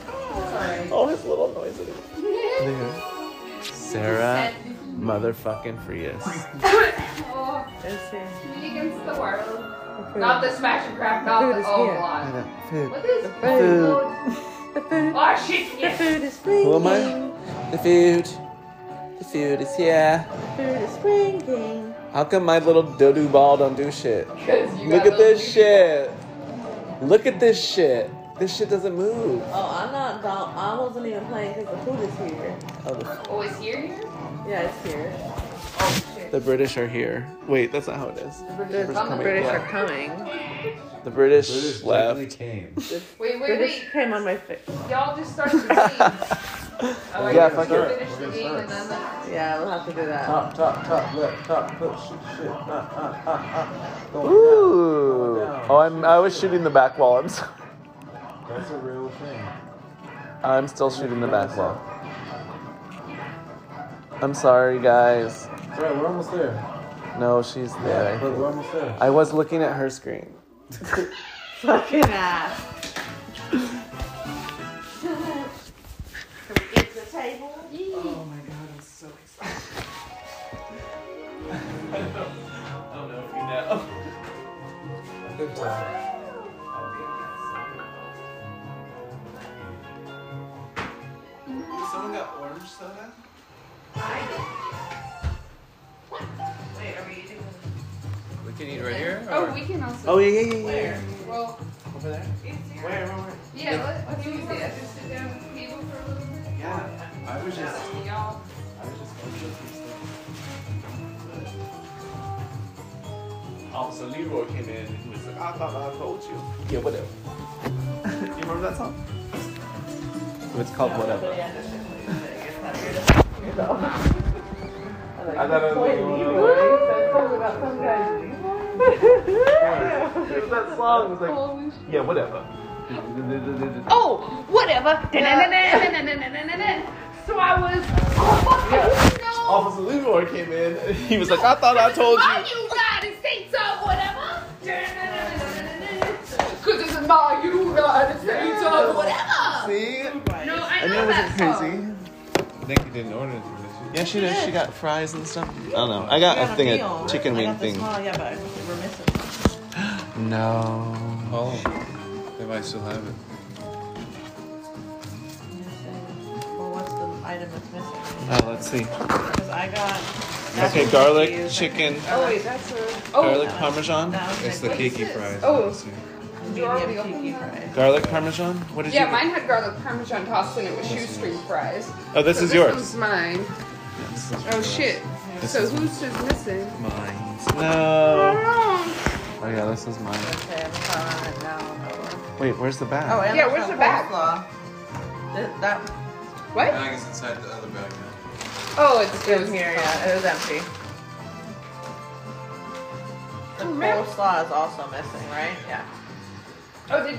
[SPEAKER 2] no.
[SPEAKER 4] Sorry.
[SPEAKER 2] Oh, his little noises. Sarah, motherfucking Frias.
[SPEAKER 4] oh,
[SPEAKER 5] Let's see.
[SPEAKER 4] me against the world. Not the smash and grab, not
[SPEAKER 5] Food
[SPEAKER 4] the.
[SPEAKER 5] is
[SPEAKER 4] Oh,
[SPEAKER 5] here.
[SPEAKER 4] God.
[SPEAKER 2] Food.
[SPEAKER 4] What is
[SPEAKER 2] Food.
[SPEAKER 5] The food,
[SPEAKER 4] Oh shit,
[SPEAKER 5] the
[SPEAKER 4] yes.
[SPEAKER 5] food is springing.
[SPEAKER 2] Who am I? The food. The food is here.
[SPEAKER 5] The food is springing.
[SPEAKER 2] How come my little dodo ball don't do shit?
[SPEAKER 4] Because you
[SPEAKER 2] Look
[SPEAKER 4] got
[SPEAKER 2] at this
[SPEAKER 4] those-
[SPEAKER 2] shit. Look at this shit. This shit doesn't move.
[SPEAKER 5] Oh, I'm not. dumb. I wasn't even playing because the food is here.
[SPEAKER 2] Oh, the,
[SPEAKER 4] Oh, it's here here?
[SPEAKER 5] Yeah, it's here.
[SPEAKER 4] Oh shit.
[SPEAKER 2] the British are here. Wait, that's not how it is.
[SPEAKER 4] British
[SPEAKER 5] The
[SPEAKER 4] coming.
[SPEAKER 5] British
[SPEAKER 2] yeah.
[SPEAKER 5] are coming.
[SPEAKER 2] The British,
[SPEAKER 3] British
[SPEAKER 2] left.
[SPEAKER 3] came.
[SPEAKER 4] Wait, wait,
[SPEAKER 5] British
[SPEAKER 4] wait.
[SPEAKER 5] came on my face.
[SPEAKER 4] Y'all just started to leave. Oh, I
[SPEAKER 2] Yeah,
[SPEAKER 4] gotta
[SPEAKER 2] fuck it.
[SPEAKER 4] finish
[SPEAKER 3] We're
[SPEAKER 4] the
[SPEAKER 3] gonna
[SPEAKER 4] game and then
[SPEAKER 3] start.
[SPEAKER 4] the-
[SPEAKER 5] Yeah, we'll have to do that.
[SPEAKER 3] Top, top, top, left, top, push, shit, uh, uh, uh, uh. Going down.
[SPEAKER 2] Ooh.
[SPEAKER 3] Going down.
[SPEAKER 2] Oh, I'm. I was shooting the back wall. I'm. s-
[SPEAKER 3] That's a real thing.
[SPEAKER 2] I'm still shooting the back wall. I'm sorry, guys.
[SPEAKER 3] It's alright, we're almost there.
[SPEAKER 2] No, she's there. I
[SPEAKER 3] But
[SPEAKER 2] think.
[SPEAKER 3] we're almost there.
[SPEAKER 2] I was looking at her screen.
[SPEAKER 5] Fucking ass.
[SPEAKER 3] Oh my god, I'm so excited. I don't know if you know. I think we're Someone got orange soda?
[SPEAKER 1] Wait, are we eating?
[SPEAKER 3] We can eat right here?
[SPEAKER 4] Oh, we can also.
[SPEAKER 2] Oh yeah, yeah, yeah, yeah.
[SPEAKER 4] Well,
[SPEAKER 3] Over there? Where, where, where?
[SPEAKER 4] yeah. Let, let's do that. Just sit down at the table for a little bit.
[SPEAKER 3] Yeah. I was just,
[SPEAKER 4] Y'all.
[SPEAKER 3] I was just going to show some stuff. Also, Oh, Leroy came in and he was like, I thought I told you.
[SPEAKER 2] Yeah, whatever.
[SPEAKER 3] Do you remember that song?
[SPEAKER 2] It's called whatever.
[SPEAKER 3] I thought it was
[SPEAKER 2] There's that song. It's like
[SPEAKER 4] Holy sh-
[SPEAKER 2] yeah, whatever.
[SPEAKER 4] Oh, whatever. So I was. Oh, fuck, you know.
[SPEAKER 2] Officer Leroy came in. And he was like, I thought I told
[SPEAKER 4] Why
[SPEAKER 2] you.
[SPEAKER 4] you United States or whatever? Cause it's my United States or whatever.
[SPEAKER 2] See?
[SPEAKER 4] No, I
[SPEAKER 2] I
[SPEAKER 4] know
[SPEAKER 2] know it wasn't
[SPEAKER 4] that song.
[SPEAKER 2] crazy.
[SPEAKER 3] Nikki didn't order it, did
[SPEAKER 2] Yeah, she did. She got fries and stuff. I don't know. I got a thing, a chicken wing thing.
[SPEAKER 1] yeah, but we're missing.
[SPEAKER 2] No.
[SPEAKER 3] Oh, they might still have it.
[SPEAKER 1] Well, what's the item that's missing?
[SPEAKER 2] Oh, let's see.
[SPEAKER 1] Because I got.
[SPEAKER 2] Okay, garlic chicken,
[SPEAKER 4] Oh wait, that's a.
[SPEAKER 2] garlic
[SPEAKER 4] Oh,
[SPEAKER 2] parmesan,
[SPEAKER 3] It's the Kiki fries.
[SPEAKER 4] Oh.
[SPEAKER 3] that's it.
[SPEAKER 2] garlic parmesan. What did
[SPEAKER 4] yeah,
[SPEAKER 2] you?
[SPEAKER 4] mine had garlic parmesan tossed in it with shoestring fries.
[SPEAKER 2] Oh, this
[SPEAKER 4] So
[SPEAKER 2] is
[SPEAKER 4] this
[SPEAKER 2] yours.
[SPEAKER 4] one's mine. Oh shit. So who's just missing?
[SPEAKER 2] Mine. No. Oh yeah, this is mine. Wait, where's the
[SPEAKER 1] Oh,
[SPEAKER 2] bag?
[SPEAKER 4] Yeah, where's the back?
[SPEAKER 1] That, that
[SPEAKER 4] What?
[SPEAKER 3] Bag is inside the other bag now.
[SPEAKER 4] Oh, it's
[SPEAKER 1] it was here, yeah. It was empty. The
[SPEAKER 4] man.
[SPEAKER 1] coleslaw is also missing, right? Yeah.
[SPEAKER 4] Oh, did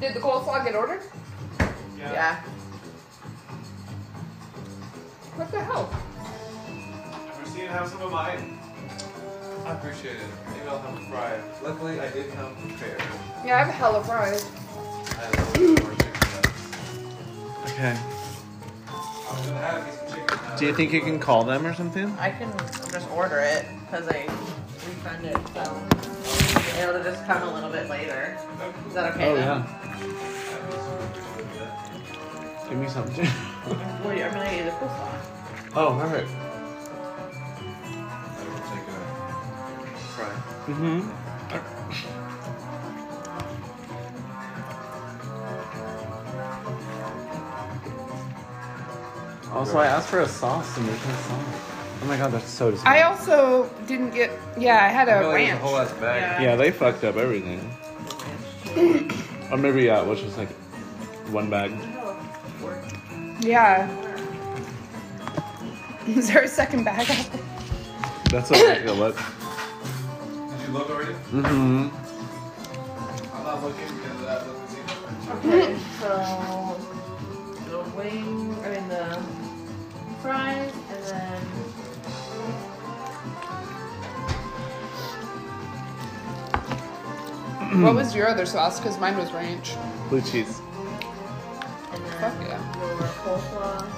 [SPEAKER 4] did the coleslaw get ordered?
[SPEAKER 1] Yeah.
[SPEAKER 4] What the hell?
[SPEAKER 3] Christine, have some of mine. I appreciate it. Maybe I'll have a fry. Luckily, I did come prepared.
[SPEAKER 4] Yeah, I have a hella fries.
[SPEAKER 3] I had a little bit more chicken nuggets.
[SPEAKER 2] Okay.
[SPEAKER 3] I was gonna have these chicken nuggets.
[SPEAKER 2] Do you think you can call them or something?
[SPEAKER 1] I can just order it because I refunded, so it'll just come a little bit later. Is that
[SPEAKER 2] Oh,
[SPEAKER 1] okay? then?
[SPEAKER 2] Give me something.
[SPEAKER 1] Well, I'm gonna eat the coleslaw.
[SPEAKER 2] oh, perfect.
[SPEAKER 3] I will take a fry.
[SPEAKER 2] Mm-hmm. Also, I asked for a sauce and there's no sauce. Oh my god, that's so
[SPEAKER 4] I
[SPEAKER 2] disappointing.
[SPEAKER 4] also didn't get. Yeah, I had
[SPEAKER 3] I
[SPEAKER 4] a
[SPEAKER 3] feel like there's a whole
[SPEAKER 4] ranch.
[SPEAKER 3] ass bag.
[SPEAKER 2] Yeah, they fucked up everything. or maybe yeah, it was just like one bag.
[SPEAKER 4] Yeah. Is there a second bag? out there?
[SPEAKER 2] That's what I feel like.
[SPEAKER 3] Did you look already?
[SPEAKER 2] Mm-hmm.
[SPEAKER 3] I'm not looking because I haven't seen it.
[SPEAKER 1] Okay, so the wing, I mean the fries, and then
[SPEAKER 4] What was your other sauce? Because mine was ranch.
[SPEAKER 2] Blue cheese.
[SPEAKER 1] and then
[SPEAKER 4] Fuck yeah.
[SPEAKER 1] your coleslaw.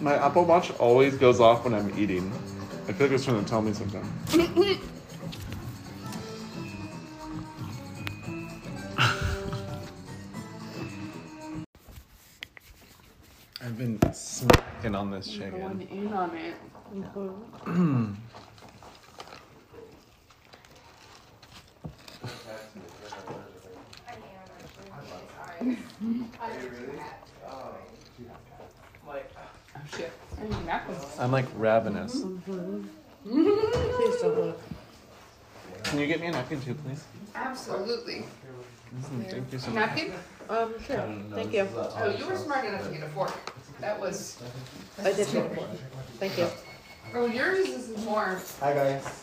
[SPEAKER 2] My Apple Watch always goes off when I'm eating. I feel like it's trying to tell me something. I've been smacking on this
[SPEAKER 4] Going
[SPEAKER 2] chicken.
[SPEAKER 4] in on it.
[SPEAKER 3] Like,
[SPEAKER 4] I mean, that was.
[SPEAKER 2] I'm like ravenous.
[SPEAKER 1] Please don't look.
[SPEAKER 2] Can you get me a napkin too, please?
[SPEAKER 4] Absolutely.
[SPEAKER 2] Thank you so much.
[SPEAKER 4] Napkin?
[SPEAKER 1] Um, sure.
[SPEAKER 6] uh,
[SPEAKER 1] Thank you.
[SPEAKER 4] Oh, you were smart enough to get a fork. That was.
[SPEAKER 1] I did get one. Thank you.
[SPEAKER 4] Oh, yours is more.
[SPEAKER 7] Hi guys.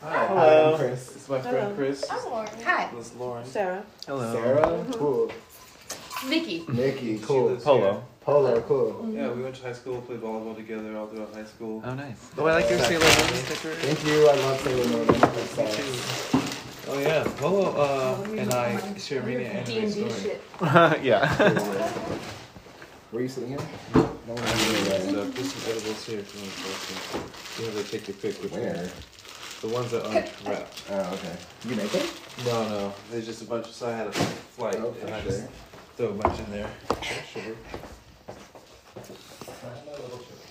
[SPEAKER 7] Hi.
[SPEAKER 2] Hello.
[SPEAKER 7] I'm Chris.
[SPEAKER 2] It's my
[SPEAKER 1] Hello.
[SPEAKER 2] friend Chris.
[SPEAKER 4] Hi.
[SPEAKER 2] This is Lauren.
[SPEAKER 1] Sarah.
[SPEAKER 2] Hello.
[SPEAKER 7] Sarah. Um, Cool.
[SPEAKER 4] Nikki.
[SPEAKER 7] Nikki. Cool.
[SPEAKER 2] Polo.
[SPEAKER 7] Polo. Cool.
[SPEAKER 6] Yeah, we went to high school, played volleyball together all throughout high school.
[SPEAKER 2] Oh, nice. Oh, I like your Sailor Moon sticker.
[SPEAKER 7] Thank you. I love Sailor Moon. It's, uh,
[SPEAKER 2] Oh yeah, Polo uh, and I share many anime stories.
[SPEAKER 4] shit.
[SPEAKER 2] yeah.
[SPEAKER 7] cool. Were you sitting here? No one
[SPEAKER 6] And, uh, there's some edibles here if you want to try some. You have to take your pick, which
[SPEAKER 7] Where?
[SPEAKER 6] The ones that aren't wrapped.
[SPEAKER 7] Oh, okay. You make it?
[SPEAKER 6] No, no. There's just a bunch of. So I had a flight,
[SPEAKER 7] Oh,
[SPEAKER 6] and I
[SPEAKER 7] for
[SPEAKER 6] just
[SPEAKER 7] sure.
[SPEAKER 6] throw a bunch in there.
[SPEAKER 7] Sure.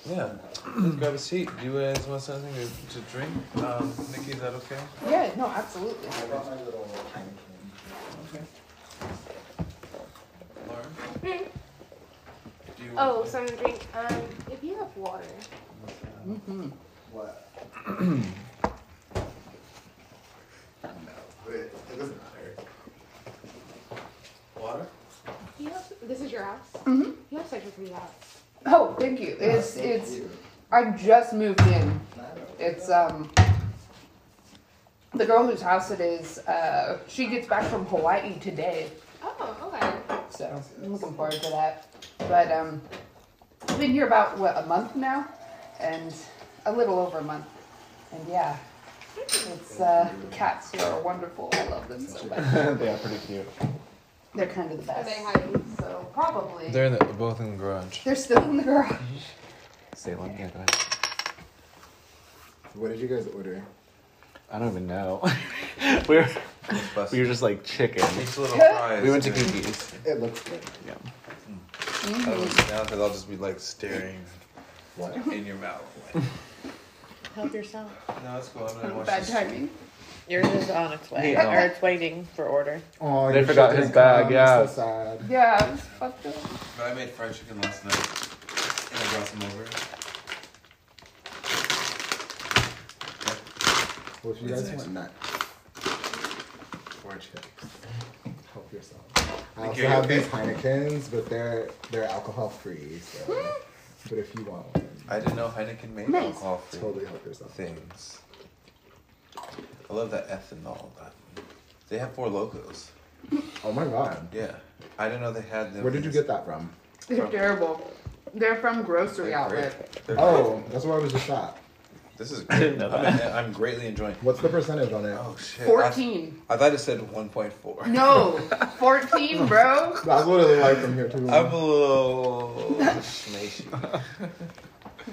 [SPEAKER 6] Yeah. Let's grab a seat. Do you guys want something to, to drink? Um, Nikki, is that okay?
[SPEAKER 4] Yeah, no, absolutely.
[SPEAKER 7] I got my little tiny can.
[SPEAKER 6] Lauren? Do you
[SPEAKER 8] Oh, some drink. Um, if you have water.
[SPEAKER 7] What? no, it, it doesn't matter. Water?
[SPEAKER 8] You have, this is your house.
[SPEAKER 4] Mhm.
[SPEAKER 8] You have such a pretty house.
[SPEAKER 4] Oh, thank you. It's it's. I just moved in. It's um. The girl whose house it is, uh, she gets back from Hawaii today,
[SPEAKER 8] Oh, okay.
[SPEAKER 4] so I'm looking forward to that. But um, I've been here about what a month now, and a little over a month, and yeah, it's uh, the cats here are wonderful. I love them so much.
[SPEAKER 2] they are pretty cute.
[SPEAKER 4] They're kind of the
[SPEAKER 8] Are
[SPEAKER 4] best.
[SPEAKER 8] they hiding?
[SPEAKER 4] So probably
[SPEAKER 6] They're in the, both in the garage.
[SPEAKER 4] they're still in the garage.
[SPEAKER 2] Sailor, yeah, go ahead.
[SPEAKER 7] What did you guys order?
[SPEAKER 2] I don't even know. we were we were just like chicken.
[SPEAKER 6] Each little fries.
[SPEAKER 2] We went to Googie's.
[SPEAKER 7] It looks good.
[SPEAKER 2] Yeah.
[SPEAKER 6] I was now because I'll just be like staring
[SPEAKER 7] What?
[SPEAKER 6] in your mouth.
[SPEAKER 1] Help yourself.
[SPEAKER 6] no, it's cool. I'm gonna watch
[SPEAKER 4] Bad
[SPEAKER 6] this.
[SPEAKER 4] timing.
[SPEAKER 1] Yours is on its way.
[SPEAKER 2] Yeah.
[SPEAKER 1] Or it's waiting for order.
[SPEAKER 7] Oh,
[SPEAKER 2] They forgot his bag, yeah.
[SPEAKER 7] So sad.
[SPEAKER 4] Yeah, it's fucked up.
[SPEAKER 6] But I made fried chicken last night, and I brought some over.
[SPEAKER 7] Well, if you
[SPEAKER 6] It's
[SPEAKER 7] guys
[SPEAKER 6] nice.
[SPEAKER 7] want nuts,
[SPEAKER 6] Fried chicken.
[SPEAKER 7] help yourself. I
[SPEAKER 6] Thank
[SPEAKER 7] also
[SPEAKER 6] you.
[SPEAKER 7] have these Heinekens, but they're they're alcohol free. So, but if you want one,
[SPEAKER 6] I didn't know Heineken made alcohol-free
[SPEAKER 7] totally help yourself.
[SPEAKER 6] things. I love that ethanol. That they have four locos.
[SPEAKER 7] Oh my god,
[SPEAKER 6] Yeah, I didn't know they had them.
[SPEAKER 7] where did you get that from?
[SPEAKER 4] They're terrible. They're from grocery
[SPEAKER 6] They're
[SPEAKER 4] outlet.
[SPEAKER 6] great. They're great.
[SPEAKER 7] Oh, that's where I was just at.
[SPEAKER 6] this is
[SPEAKER 2] I
[SPEAKER 6] great.
[SPEAKER 2] didn't know
[SPEAKER 6] I'm, I'm greatly enjoying.
[SPEAKER 7] What's the percentage on it?
[SPEAKER 6] Oh shit! I-
[SPEAKER 4] Fourteen.
[SPEAKER 6] I, thought it said one point four.
[SPEAKER 4] No, fourteen, bro.
[SPEAKER 7] That's what it like from here too.
[SPEAKER 6] I'm a little schmashy.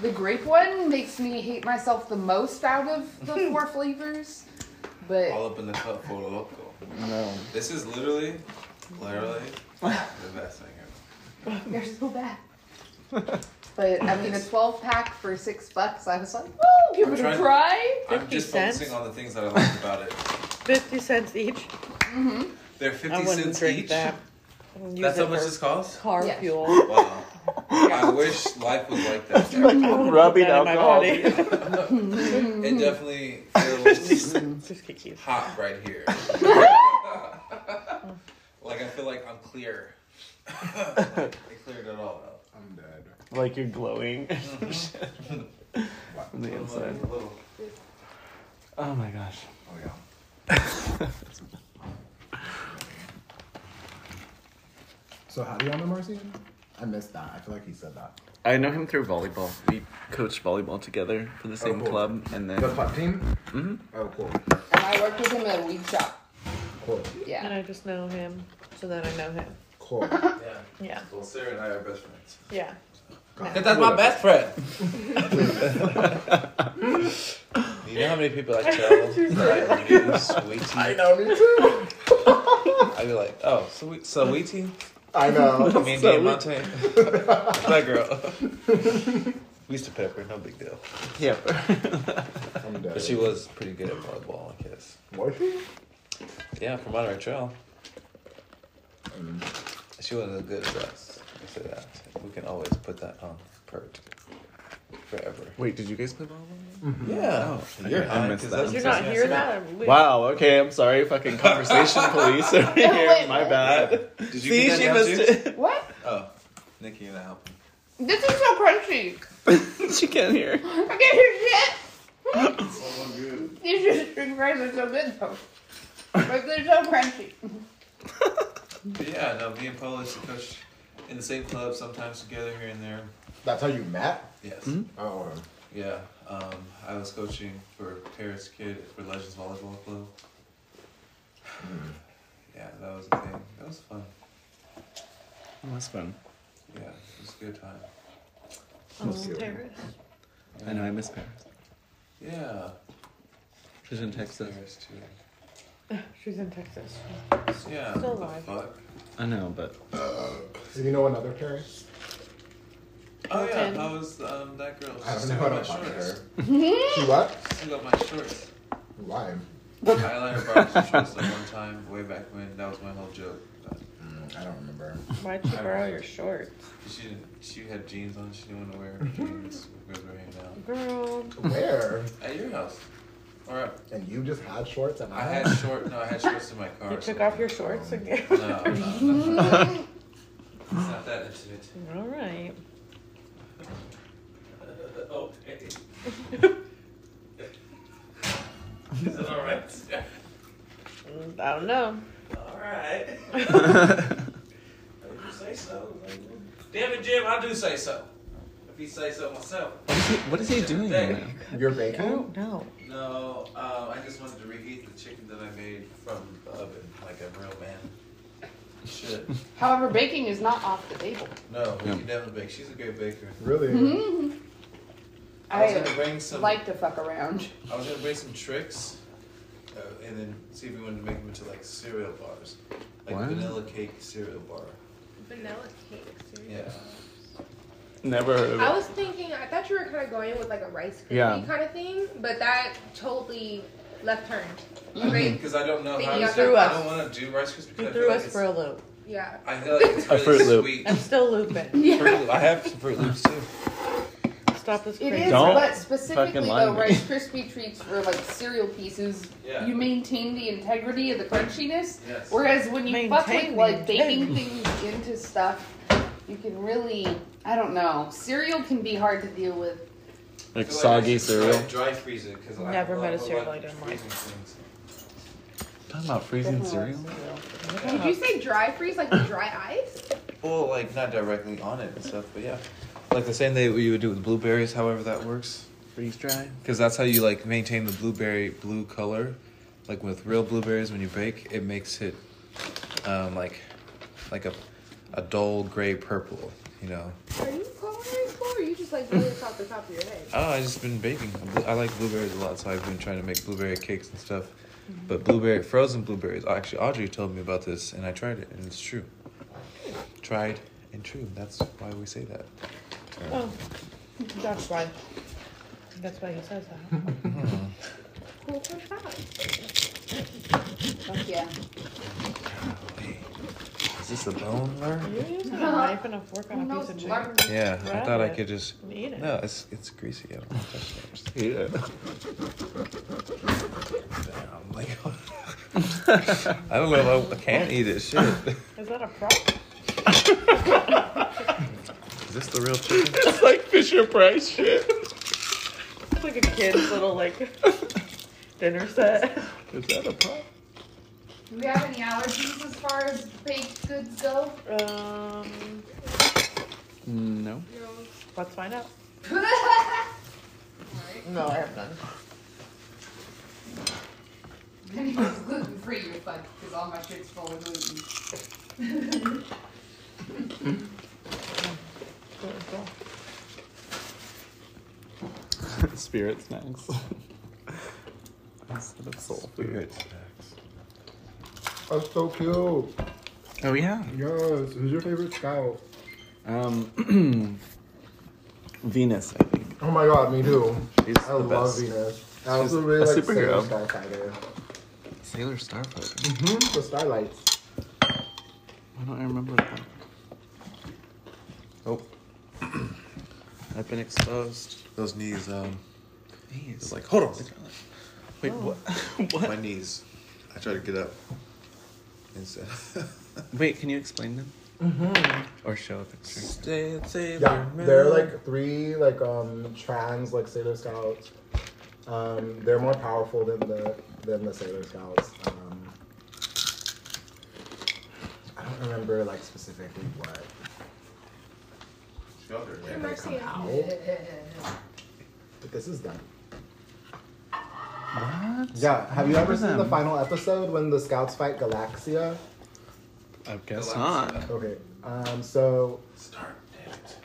[SPEAKER 4] The grape one makes me hate myself the most out of the four flavors,
[SPEAKER 6] All
[SPEAKER 4] but
[SPEAKER 6] up in the cup for loco.
[SPEAKER 7] no.
[SPEAKER 6] This is literally, literally the best thing ever.
[SPEAKER 4] they're so bad. But I mean, a twelve pack for six bucks. I was like, oh, give
[SPEAKER 6] I'm
[SPEAKER 4] it a
[SPEAKER 6] trying-
[SPEAKER 4] try.
[SPEAKER 6] I'm
[SPEAKER 1] 50
[SPEAKER 6] just
[SPEAKER 1] cents?
[SPEAKER 6] focusing on the things that I like about it.
[SPEAKER 1] 50 cents each.
[SPEAKER 6] They're 50
[SPEAKER 1] I wouldn't
[SPEAKER 6] cents
[SPEAKER 1] drink
[SPEAKER 6] each.
[SPEAKER 1] that. Use
[SPEAKER 6] That's how
[SPEAKER 1] it
[SPEAKER 6] much
[SPEAKER 1] for
[SPEAKER 6] this costs?
[SPEAKER 1] Car
[SPEAKER 4] Yeah.
[SPEAKER 1] fuel.
[SPEAKER 6] Wow. I wish life was like that. Sarah.
[SPEAKER 2] Rubbing
[SPEAKER 1] That in my
[SPEAKER 2] alcohol.
[SPEAKER 1] body.
[SPEAKER 6] It definitely feels
[SPEAKER 1] Just get cute.
[SPEAKER 6] hot right here. like I feel like I'm clear. I cleared it all out.
[SPEAKER 7] I'm dead.
[SPEAKER 2] Like you're glowing from the
[SPEAKER 6] I'm like
[SPEAKER 2] inside.
[SPEAKER 6] a little-
[SPEAKER 2] Oh my gosh.
[SPEAKER 7] Oh yeah. so how do y'all know Marcian? I missed that. I feel like he said that.
[SPEAKER 2] I know him through volleyball. We coached volleyball together
[SPEAKER 6] Oh,
[SPEAKER 2] for the same
[SPEAKER 7] cool.
[SPEAKER 2] club, and
[SPEAKER 7] The
[SPEAKER 2] then
[SPEAKER 7] pop team? Mm-hmm. Oh cool.
[SPEAKER 4] And I worked with him at a weed shop.
[SPEAKER 7] Cool.
[SPEAKER 1] And
[SPEAKER 4] Yeah.
[SPEAKER 1] I just know him, so then I know him.
[SPEAKER 7] Cool.
[SPEAKER 6] Yeah.
[SPEAKER 1] Yeah.
[SPEAKER 6] Well, Sarah and I are best friends.
[SPEAKER 1] Yeah.
[SPEAKER 6] That's my best friend. you know how many people I tell that I knew Sweetie?
[SPEAKER 7] I know me too.
[SPEAKER 6] I'd be like, oh, sweet, Sweetie,
[SPEAKER 7] I know.
[SPEAKER 6] me and Diamante, that girl. we used to pet her, no big deal.
[SPEAKER 2] yeah.
[SPEAKER 7] I'm dead.
[SPEAKER 6] But she was pretty good at volleyball, I guess.
[SPEAKER 7] Was she?
[SPEAKER 6] Yeah, from Monterey Trail.
[SPEAKER 2] Mm.
[SPEAKER 6] She wasn't as good as us. I say that. We can always put that on Pert. forever.
[SPEAKER 2] Wait, did you guys play volleyball?
[SPEAKER 6] Yeah.
[SPEAKER 2] Oh, you're high, 'cause that's-
[SPEAKER 1] You're not hear that? We-
[SPEAKER 2] Wow. Okay, I'm sorry. Fucking conversation police over here.
[SPEAKER 4] wait,
[SPEAKER 2] My
[SPEAKER 4] what?
[SPEAKER 2] bad.
[SPEAKER 3] Did you
[SPEAKER 2] See,
[SPEAKER 3] get that
[SPEAKER 2] she
[SPEAKER 3] down too?
[SPEAKER 2] must.
[SPEAKER 4] What?
[SPEAKER 3] Oh, Nikki, you gotta help. me.
[SPEAKER 4] This is so crunchy.
[SPEAKER 2] she can't hear.
[SPEAKER 4] I can't hear shit. These just string fries are so good though. Like they're so crunchy.
[SPEAKER 3] But yeah, no, me and Paula used to coach in the same club sometimes together here and there. Hmm?
[SPEAKER 7] That's how you met?
[SPEAKER 3] Yes.
[SPEAKER 7] Oh.
[SPEAKER 3] Yeah. Um, I was coaching for Paris Kid for Legends Volleyball Club. Yeah, that was a thing. That was fun.
[SPEAKER 2] That's fun.
[SPEAKER 3] Yeah, it was a good time.
[SPEAKER 7] Let's do it.
[SPEAKER 2] I know. I miss Paris.
[SPEAKER 3] Yeah.
[SPEAKER 2] She's in Texas.
[SPEAKER 3] Paris too.
[SPEAKER 1] She's in Texas.
[SPEAKER 3] Yeah.
[SPEAKER 1] Still
[SPEAKER 3] what
[SPEAKER 1] alive.
[SPEAKER 3] the fuck?
[SPEAKER 2] I know, but
[SPEAKER 7] Do you know another Paris?
[SPEAKER 3] Oh yeah,
[SPEAKER 1] Hilton.
[SPEAKER 3] that was um, that girl.
[SPEAKER 7] I
[SPEAKER 3] She
[SPEAKER 7] don't
[SPEAKER 3] took out
[SPEAKER 7] know. I
[SPEAKER 3] my
[SPEAKER 7] don't fucking
[SPEAKER 3] shorts.
[SPEAKER 7] care. She what?
[SPEAKER 3] She took out my shorts.
[SPEAKER 7] Why?
[SPEAKER 3] Eyeliner borrowed some shorts that one time way back when. That was my whole joke. Uh,
[SPEAKER 7] Mm, I don't remember.
[SPEAKER 1] Why'd you borrow your shorts?
[SPEAKER 3] She didn't. She had jeans on. She didn't want to wear
[SPEAKER 7] Mm-hmm.
[SPEAKER 3] jeans because we were hanging out
[SPEAKER 1] Girl.
[SPEAKER 7] Where?
[SPEAKER 3] at your house. Or at-
[SPEAKER 7] And you just had shorts and
[SPEAKER 3] I had short. No, I had shorts in my car. or
[SPEAKER 1] You took
[SPEAKER 3] something.
[SPEAKER 1] off your shorts again.
[SPEAKER 3] No, no, no, no. it's not that intimate.
[SPEAKER 1] All right.
[SPEAKER 3] Oh, hey. Is it all right?
[SPEAKER 1] I don't know.
[SPEAKER 3] All right. you say so. Damn it, Jim! I do say so. If you say so myself.
[SPEAKER 2] what is he, what is he doing right now?
[SPEAKER 7] You're
[SPEAKER 1] I
[SPEAKER 7] baking?
[SPEAKER 1] don't know.
[SPEAKER 3] No, um, I just wanted to reheat the chicken that I made from the oven like a real man. Shit.
[SPEAKER 4] However, baking is not off the table.
[SPEAKER 3] No,
[SPEAKER 2] Yeah.
[SPEAKER 3] you never bake. She's a great baker.
[SPEAKER 7] Really?
[SPEAKER 3] I was
[SPEAKER 4] I uh,
[SPEAKER 3] gonna bring some.
[SPEAKER 4] like to fuck around.
[SPEAKER 3] I was gonna bring some tricks, uh, and then see if we wanted to make them into like cereal bars, like
[SPEAKER 2] What?
[SPEAKER 3] vanilla cake cereal bar.
[SPEAKER 8] Vanilla cake. Seriously.
[SPEAKER 3] Yeah.
[SPEAKER 2] Never heard of
[SPEAKER 8] I
[SPEAKER 2] it.
[SPEAKER 8] was thinking, I thought you were kind of going with like a rice crispy
[SPEAKER 2] Yeah.
[SPEAKER 8] kind of thing, but that totally left turn. Right?
[SPEAKER 3] Because I don't know how.
[SPEAKER 8] You
[SPEAKER 3] to-
[SPEAKER 8] threw
[SPEAKER 3] I
[SPEAKER 1] us.
[SPEAKER 3] don't want to do Rice Krispies.
[SPEAKER 1] You
[SPEAKER 3] because
[SPEAKER 1] threw
[SPEAKER 3] I
[SPEAKER 1] us for
[SPEAKER 3] feel
[SPEAKER 1] a
[SPEAKER 3] like
[SPEAKER 1] loop.
[SPEAKER 8] Yeah. yeah.
[SPEAKER 3] it's- I feel like it's
[SPEAKER 2] A
[SPEAKER 3] really
[SPEAKER 2] Fruit Loop.
[SPEAKER 3] sweet.
[SPEAKER 1] I'm still looping.
[SPEAKER 3] Fruit Loop. I have some Fruit Loops too.
[SPEAKER 1] Stop this
[SPEAKER 4] It
[SPEAKER 1] crazy.
[SPEAKER 4] is,
[SPEAKER 2] Don't
[SPEAKER 4] but specifically
[SPEAKER 2] fucking lie to
[SPEAKER 4] though,
[SPEAKER 2] me.
[SPEAKER 4] Rice Krispie treats were like cereal pieces.
[SPEAKER 3] Yeah.
[SPEAKER 4] You maintain the integrity of the crunchiness,
[SPEAKER 3] Yes.
[SPEAKER 4] whereas when you fuck with
[SPEAKER 1] Maintain
[SPEAKER 4] like
[SPEAKER 1] the
[SPEAKER 4] baking things into stuff, you can really, I don't know, cereal can be hard to deal with.
[SPEAKER 2] Like
[SPEAKER 3] I feel I
[SPEAKER 2] soggy
[SPEAKER 3] should try
[SPEAKER 2] cereal.
[SPEAKER 3] Dry freeze it because I
[SPEAKER 1] Never
[SPEAKER 3] I
[SPEAKER 1] met a
[SPEAKER 3] love- I
[SPEAKER 1] cereal
[SPEAKER 3] like
[SPEAKER 1] I didn't like.
[SPEAKER 3] freezing things.
[SPEAKER 2] Talking about freezing
[SPEAKER 4] Definitely
[SPEAKER 2] cereal.
[SPEAKER 8] Did you say dry freeze like with dry ice?
[SPEAKER 3] Well, like not directly on it and stuff, but yeah, like the same way you would do with blueberries. However, that works
[SPEAKER 2] Freeze dry.
[SPEAKER 3] because that's how you like maintain the blueberry blue color. Like with real blueberries, when you bake, it makes it um, like like a a dull gray purple. You know.
[SPEAKER 8] Are you culinary school or are you just like doing this off the top of your head?
[SPEAKER 3] Oh, I just been baking. I like blueberries a lot, so I've been trying to make blueberry cakes and stuff. But blueberry frozen blueberries. Actually, Audrey told me about this, and I tried it, and it's true. Tried and true. That's why we say that.
[SPEAKER 1] Oh, that's why. That's why he says that.
[SPEAKER 8] Cool fun fact.
[SPEAKER 4] Fuck yeah.
[SPEAKER 3] Is this a bone lure?
[SPEAKER 1] You're using a knife and a fork on a piece of chicken
[SPEAKER 3] Yeah, I
[SPEAKER 1] Grab
[SPEAKER 3] thought I
[SPEAKER 1] it.
[SPEAKER 3] could just.
[SPEAKER 1] and eat it.
[SPEAKER 3] No, it's it's greasy. I don't want to touch that. Just-
[SPEAKER 2] Yeah.
[SPEAKER 3] I'm like, I don't know if I, I can't eat it. Shit, is
[SPEAKER 1] Is that a prop?
[SPEAKER 3] this the real chicken?
[SPEAKER 2] It's like Fisher Price shit.
[SPEAKER 1] It's like a kid's little like dinner set.
[SPEAKER 2] Is that a pop?
[SPEAKER 4] Do we have any allergies as far as baked goods go?
[SPEAKER 1] Um,
[SPEAKER 2] Mm, No.
[SPEAKER 1] let's find out.
[SPEAKER 4] Anyway,
[SPEAKER 1] No, I have none.
[SPEAKER 4] gluten free, you're fucked because all my shit's full of gluten.
[SPEAKER 2] Spirit snacks. Instead of soul food.
[SPEAKER 3] Weird.
[SPEAKER 7] That's so cute.
[SPEAKER 2] Oh yeah.
[SPEAKER 7] Yes. Who's your favorite scout?
[SPEAKER 2] Um. Venus, I think.
[SPEAKER 7] Oh my god, me too.
[SPEAKER 2] She's
[SPEAKER 7] I
[SPEAKER 2] the
[SPEAKER 7] love
[SPEAKER 2] best.
[SPEAKER 7] Venus. I also
[SPEAKER 2] She's
[SPEAKER 7] really
[SPEAKER 2] a
[SPEAKER 7] like
[SPEAKER 2] superhero.
[SPEAKER 7] Sailor Starfighter.
[SPEAKER 2] Sailor Starfighter.
[SPEAKER 7] Mm-hmm. The Starlights.
[SPEAKER 2] Why don't I remember that? Oh.
[SPEAKER 6] I've been exposed. Those knees, um, knees. Like, hold on.
[SPEAKER 2] Wait, what? what?
[SPEAKER 6] My knees. I tried to get up. And said,
[SPEAKER 2] Wait, can you explain them? Mm-hmm. Or show a picture?
[SPEAKER 6] "Stay and save
[SPEAKER 7] Yeah,
[SPEAKER 6] your
[SPEAKER 7] there are
[SPEAKER 6] man."
[SPEAKER 7] like three like um trans like Sailor Scouts. Um, they're more powerful than the than the Sailor Scouts. Um, I don't remember like specifically what. When they come out. But this is them.
[SPEAKER 2] What?
[SPEAKER 7] Yeah. Have you ever seen the
[SPEAKER 2] Them.
[SPEAKER 7] final episode when the Scouts fight Galaxia?
[SPEAKER 2] I guess not.
[SPEAKER 7] Okay. Um, so
[SPEAKER 6] Start it.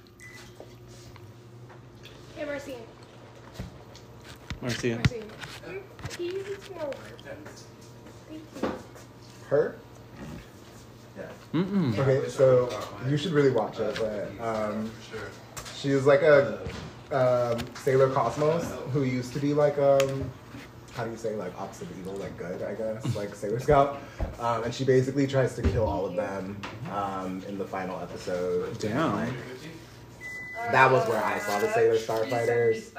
[SPEAKER 8] Hey, Marcine.
[SPEAKER 2] Marcia.
[SPEAKER 8] Marcine. Hmm? Can you use more words? Thank you.
[SPEAKER 7] her.
[SPEAKER 2] Mm-mm.
[SPEAKER 7] Okay. So you should really watch it. But um,
[SPEAKER 9] Sure.
[SPEAKER 7] She's like a um, Sailor Cosmos who used to be like um how do you say like opposite of evil like good I guess like Sailor Scout, um, and she basically tries to kill all of them um, in the final episode.
[SPEAKER 2] Damn.
[SPEAKER 7] Like, that was where I saw the Sailor Starfighters.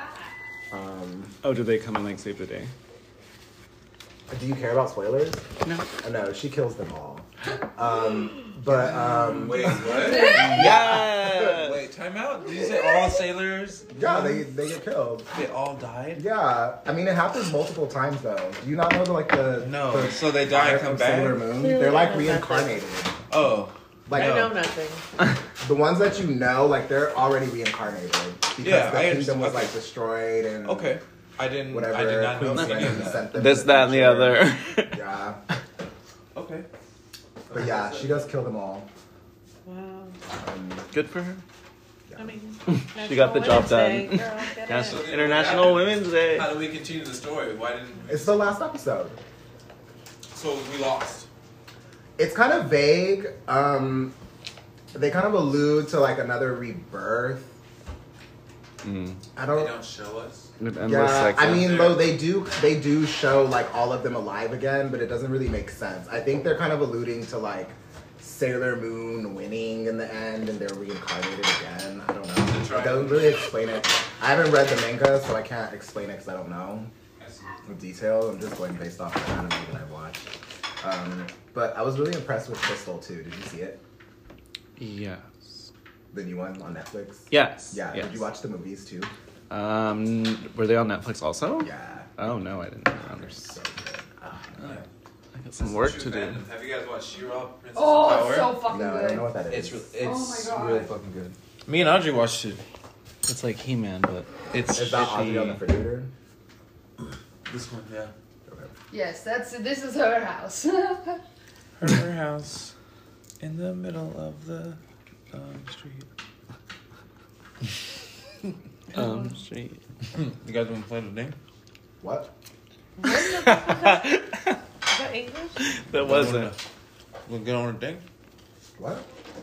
[SPEAKER 7] Um,
[SPEAKER 2] Oh, do they come and like save the day?
[SPEAKER 7] do you care about spoilers?
[SPEAKER 2] No.
[SPEAKER 7] Uh, No, she kills them all. Um, but um,
[SPEAKER 6] Wait, what?
[SPEAKER 2] Yeah.
[SPEAKER 6] Wait, time out. Did you say all sailors?
[SPEAKER 7] yeah, they they get killed.
[SPEAKER 6] They all died?
[SPEAKER 7] Yeah, I mean it happens multiple times though. Do you not know the like the
[SPEAKER 6] No.
[SPEAKER 7] the
[SPEAKER 6] So they die and
[SPEAKER 7] from
[SPEAKER 6] come back?
[SPEAKER 7] Sailor Moon? They're like reincarnated.
[SPEAKER 6] Oh.
[SPEAKER 7] Like
[SPEAKER 6] No.
[SPEAKER 1] I know nothing.
[SPEAKER 7] the ones that you know, like they're already reincarnated because
[SPEAKER 6] Yeah,
[SPEAKER 7] the
[SPEAKER 6] I
[SPEAKER 7] kingdom
[SPEAKER 6] understand.
[SPEAKER 7] was
[SPEAKER 6] Okay.
[SPEAKER 7] like destroyed and
[SPEAKER 6] Okay. I didn't.
[SPEAKER 7] whatever.
[SPEAKER 6] I did not know
[SPEAKER 7] Queen
[SPEAKER 6] any
[SPEAKER 7] Selene
[SPEAKER 6] of that.
[SPEAKER 7] sent them
[SPEAKER 2] This,
[SPEAKER 7] to
[SPEAKER 2] that, and the
[SPEAKER 7] future.
[SPEAKER 2] other.
[SPEAKER 7] Yeah,
[SPEAKER 6] Okay.
[SPEAKER 7] but yeah, she does kill them all.
[SPEAKER 1] Wow.
[SPEAKER 7] Um,
[SPEAKER 2] Good for her.
[SPEAKER 1] I mean,
[SPEAKER 2] She got the job done.
[SPEAKER 1] National Women's Day, girl, get
[SPEAKER 2] Nas-
[SPEAKER 1] it.
[SPEAKER 6] it.
[SPEAKER 2] International Women's Day.
[SPEAKER 6] How do we continue the story? Why didn't?
[SPEAKER 7] it's the last episode.
[SPEAKER 6] So we lost.
[SPEAKER 7] It's kind of vague. Um, they kind of allude to like another rebirth. I
[SPEAKER 6] They
[SPEAKER 7] don't.
[SPEAKER 6] don't show us.
[SPEAKER 2] With endless
[SPEAKER 7] Yeah,
[SPEAKER 2] sex.
[SPEAKER 7] I mean, though they do they do show like all of them alive again, but it doesn't really make sense. I think they're kind of alluding to like Sailor Moon winning in the end, and they're reincarnated again. I don't
[SPEAKER 6] That's
[SPEAKER 7] know.
[SPEAKER 6] right.
[SPEAKER 7] It doesn't really explain it. I haven't read the manga, so I can't explain it because I don't know in detail. I'm just going based off the anime that I've watched. Um, but I was really impressed with Crystal too. Did you see it?
[SPEAKER 2] Yes.
[SPEAKER 7] The new one on Netflix.
[SPEAKER 2] Yes.
[SPEAKER 7] Yeah.
[SPEAKER 2] Yes.
[SPEAKER 7] Did you watch the movies too?
[SPEAKER 2] Um, were they on Netflix also?
[SPEAKER 7] Yeah.
[SPEAKER 2] Oh no, I didn't. I
[SPEAKER 7] They're so good. Ah,
[SPEAKER 2] got some work to do.
[SPEAKER 6] Have you guys watched She-Ra? Princess
[SPEAKER 4] Oh,
[SPEAKER 6] of Power?
[SPEAKER 4] it's so fucking
[SPEAKER 7] no, I
[SPEAKER 4] good.
[SPEAKER 7] don't know what that
[SPEAKER 6] It's
[SPEAKER 7] is.
[SPEAKER 6] re-
[SPEAKER 4] it's
[SPEAKER 6] it's
[SPEAKER 4] Oh my God.
[SPEAKER 6] real
[SPEAKER 4] real
[SPEAKER 6] fucking good.
[SPEAKER 2] Me and Audrey watched it. It's like He-Man, but it's
[SPEAKER 7] Is that Audrey on the refrigerator?
[SPEAKER 6] This one, yeah.
[SPEAKER 4] Yes, that's this is her house.
[SPEAKER 6] Her, her house in the middle of the um, street.
[SPEAKER 2] um street.
[SPEAKER 6] You guys want to play today?
[SPEAKER 7] What?
[SPEAKER 1] Is that English?
[SPEAKER 2] That wasn't.
[SPEAKER 6] We'll get on a date.
[SPEAKER 7] What?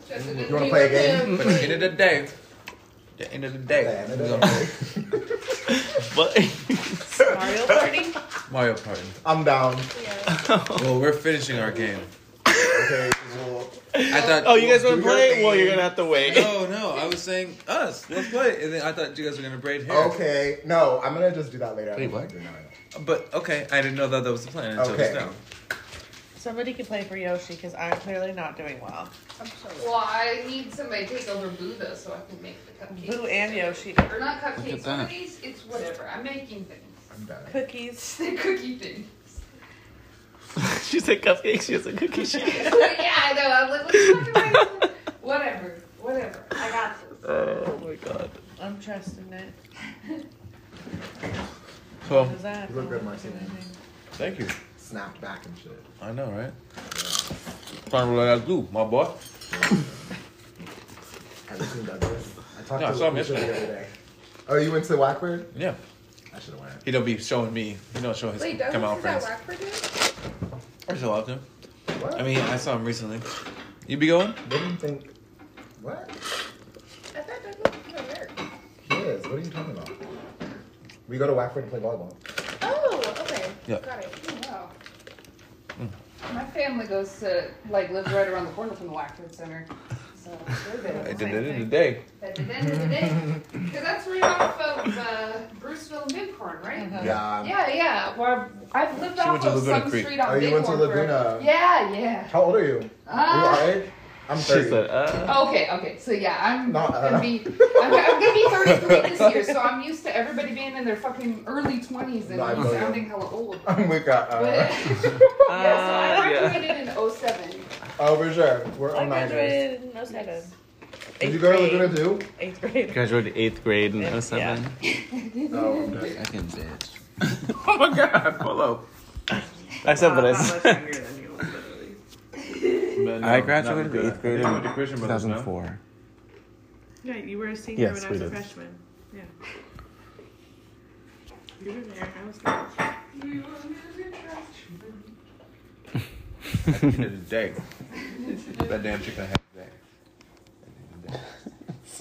[SPEAKER 4] That's a good
[SPEAKER 7] You wanna play a
[SPEAKER 4] thing.
[SPEAKER 6] But at the end of the day, the end of the day,
[SPEAKER 7] The end of the
[SPEAKER 6] we're
[SPEAKER 2] What?
[SPEAKER 6] gonna
[SPEAKER 1] Mario Party?
[SPEAKER 6] Mario Party.
[SPEAKER 7] I'm down.
[SPEAKER 6] Well, Oh, we're finishing our game.
[SPEAKER 7] Okay, well,
[SPEAKER 6] I thought.
[SPEAKER 2] oh, you guys want
[SPEAKER 6] Do
[SPEAKER 2] to
[SPEAKER 6] your
[SPEAKER 2] play? Well,
[SPEAKER 6] thing.
[SPEAKER 2] you're gonna have to wait.
[SPEAKER 6] No, no. I was saying us. Let's play. And then I thought you guys were gonna braid hair.
[SPEAKER 7] okay. No, I'm gonna just do that later.
[SPEAKER 6] Wait,
[SPEAKER 7] I'm
[SPEAKER 6] what?
[SPEAKER 7] not doing that.
[SPEAKER 6] But okay, I didn't know that that was the plan until just
[SPEAKER 7] Okay.
[SPEAKER 6] now.
[SPEAKER 1] Somebody can play for Yoshi because I'm clearly not doing well.
[SPEAKER 4] Well, I need somebody to take over Boo though, so I can make the cupcakes.
[SPEAKER 1] Boo and Yoshi.
[SPEAKER 4] Or not cupcakes.
[SPEAKER 2] Look at that.
[SPEAKER 4] One of these, it's whatever. I'm making things.
[SPEAKER 7] I'm done.
[SPEAKER 1] Cookies.
[SPEAKER 4] It's the cookie thing.
[SPEAKER 2] she said cupcakes. She has a cookie. sheet.
[SPEAKER 4] yeah, I know. I'm like, what the fuck am I doing? Whatever, whatever. I got this.
[SPEAKER 2] oh my god.
[SPEAKER 1] I'm trusting it.
[SPEAKER 6] So
[SPEAKER 1] How's that?
[SPEAKER 7] You look good, Marcine.
[SPEAKER 6] thank you.
[SPEAKER 7] Snapped back and shit.
[SPEAKER 6] I know, right? Trying to let that do, my boy.
[SPEAKER 7] Have you seen Douglas? I talked
[SPEAKER 6] No, I
[SPEAKER 7] to
[SPEAKER 6] saw him
[SPEAKER 7] him the
[SPEAKER 6] yesterday.
[SPEAKER 7] other day. Oh, you went to Wackford?
[SPEAKER 6] Yeah,
[SPEAKER 7] I should have went.
[SPEAKER 6] he don't be showing me. He don't show his
[SPEAKER 10] Wait, Douglas
[SPEAKER 6] come out
[SPEAKER 10] is at
[SPEAKER 6] friends.
[SPEAKER 10] Rockford now?
[SPEAKER 6] I still love him.
[SPEAKER 7] What?
[SPEAKER 6] I mean, I saw him recently. You be going?
[SPEAKER 7] what do you think? What?
[SPEAKER 10] I thought Douglas was at Merck.
[SPEAKER 7] He is. What are you talking about? We go to Wackford and play volleyball.
[SPEAKER 10] Oh, okay.
[SPEAKER 6] Yeah.
[SPEAKER 10] Got it.
[SPEAKER 4] Wow. My family goes to like live right around the corner from the Wackford Center,
[SPEAKER 1] So we're good.
[SPEAKER 6] At the end of the day.
[SPEAKER 4] At the end of the day. Because that's right off of uh, Bruceville and Bighorn, right?
[SPEAKER 7] Yeah.
[SPEAKER 4] Yeah, yeah. Where I've lived
[SPEAKER 7] She
[SPEAKER 4] off
[SPEAKER 7] went to
[SPEAKER 4] of
[SPEAKER 7] Laguna
[SPEAKER 4] some
[SPEAKER 7] Creek.
[SPEAKER 4] street on
[SPEAKER 7] Oh, you went to
[SPEAKER 4] Bighorn for-
[SPEAKER 7] Laguna.
[SPEAKER 4] Yeah, yeah.
[SPEAKER 7] How old are you?
[SPEAKER 4] Ah.
[SPEAKER 7] you alright? I'm
[SPEAKER 2] She
[SPEAKER 7] 30.
[SPEAKER 2] said, uh.
[SPEAKER 4] Okay, okay. So yeah, I'm
[SPEAKER 7] Not, uh.
[SPEAKER 4] gonna be I'm, I'm gonna be 33 this year, so I'm used to everybody being in their fucking early 20s and
[SPEAKER 7] No, I know you.
[SPEAKER 4] sounding hella old.
[SPEAKER 7] I'm weak at, uh,
[SPEAKER 2] uh,
[SPEAKER 4] yeah, so I
[SPEAKER 7] yeah.
[SPEAKER 4] graduated in 07.
[SPEAKER 7] oh, for sure. We're
[SPEAKER 5] I
[SPEAKER 7] on nine
[SPEAKER 5] graduated in 07.
[SPEAKER 7] Did you go to Laguna too?
[SPEAKER 5] Eighth grade.
[SPEAKER 11] Graduated eighth grade in 07.
[SPEAKER 7] Oh,
[SPEAKER 11] Fucking bitch. oh my god, Polo. I said what I said.
[SPEAKER 6] I graduated eighth grade in
[SPEAKER 3] with the Christian Brothers, no?
[SPEAKER 6] 2004.
[SPEAKER 12] Yeah, you were a senior
[SPEAKER 6] Yes,
[SPEAKER 12] when I was
[SPEAKER 6] we
[SPEAKER 12] a
[SPEAKER 6] did.
[SPEAKER 12] freshman. Yeah. You were there. I was there.
[SPEAKER 6] At the end of the day. That damn chicken had a day.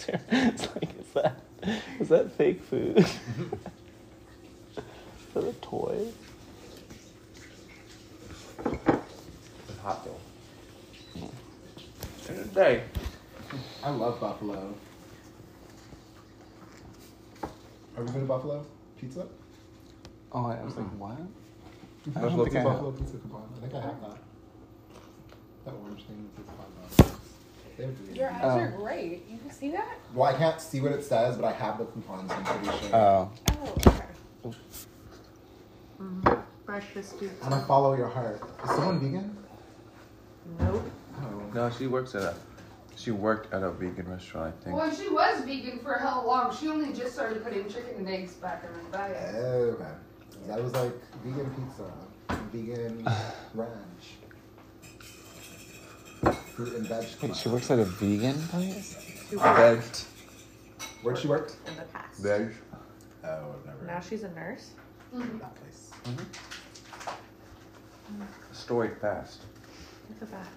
[SPEAKER 2] it's like, is that, is that fake food? is that a toy?
[SPEAKER 3] It's hot though.
[SPEAKER 6] End of the day.
[SPEAKER 7] I love buffalo. Are we going to Buffalo Pizza?
[SPEAKER 2] Oh, I was like, what? I
[SPEAKER 7] Buffalo,
[SPEAKER 2] don't think I
[SPEAKER 7] Buffalo
[SPEAKER 2] know.
[SPEAKER 7] Pizza Coupon. I think I have that. That orange thing with the coupon. They have really-
[SPEAKER 8] Your eyes
[SPEAKER 2] Oh.
[SPEAKER 8] are great. You can see that?
[SPEAKER 7] Well, I can't see what it says, but I have the coupons. I'm pretty sure.
[SPEAKER 2] Oh.
[SPEAKER 8] Oh, okay.
[SPEAKER 12] Breakfast
[SPEAKER 7] I'm gonna follow your heart. Is someone vegan?
[SPEAKER 12] Nope.
[SPEAKER 7] Oh.
[SPEAKER 6] No, she works at a. She worked at a vegan restaurant, I think.
[SPEAKER 4] Well, she was vegan for hella long. She only just started putting chicken and eggs back in her diet.
[SPEAKER 7] Okay. Oh, That was like vegan pizza, vegan ranch, fruit and veg.
[SPEAKER 2] Wait, she works at a vegan place?
[SPEAKER 6] Veg.
[SPEAKER 7] Where'd she work?
[SPEAKER 12] in the past.
[SPEAKER 6] Veg.
[SPEAKER 7] Oh, I've never
[SPEAKER 12] Now she's a nurse.
[SPEAKER 7] heard that place.
[SPEAKER 6] Story fast.
[SPEAKER 12] Look at that.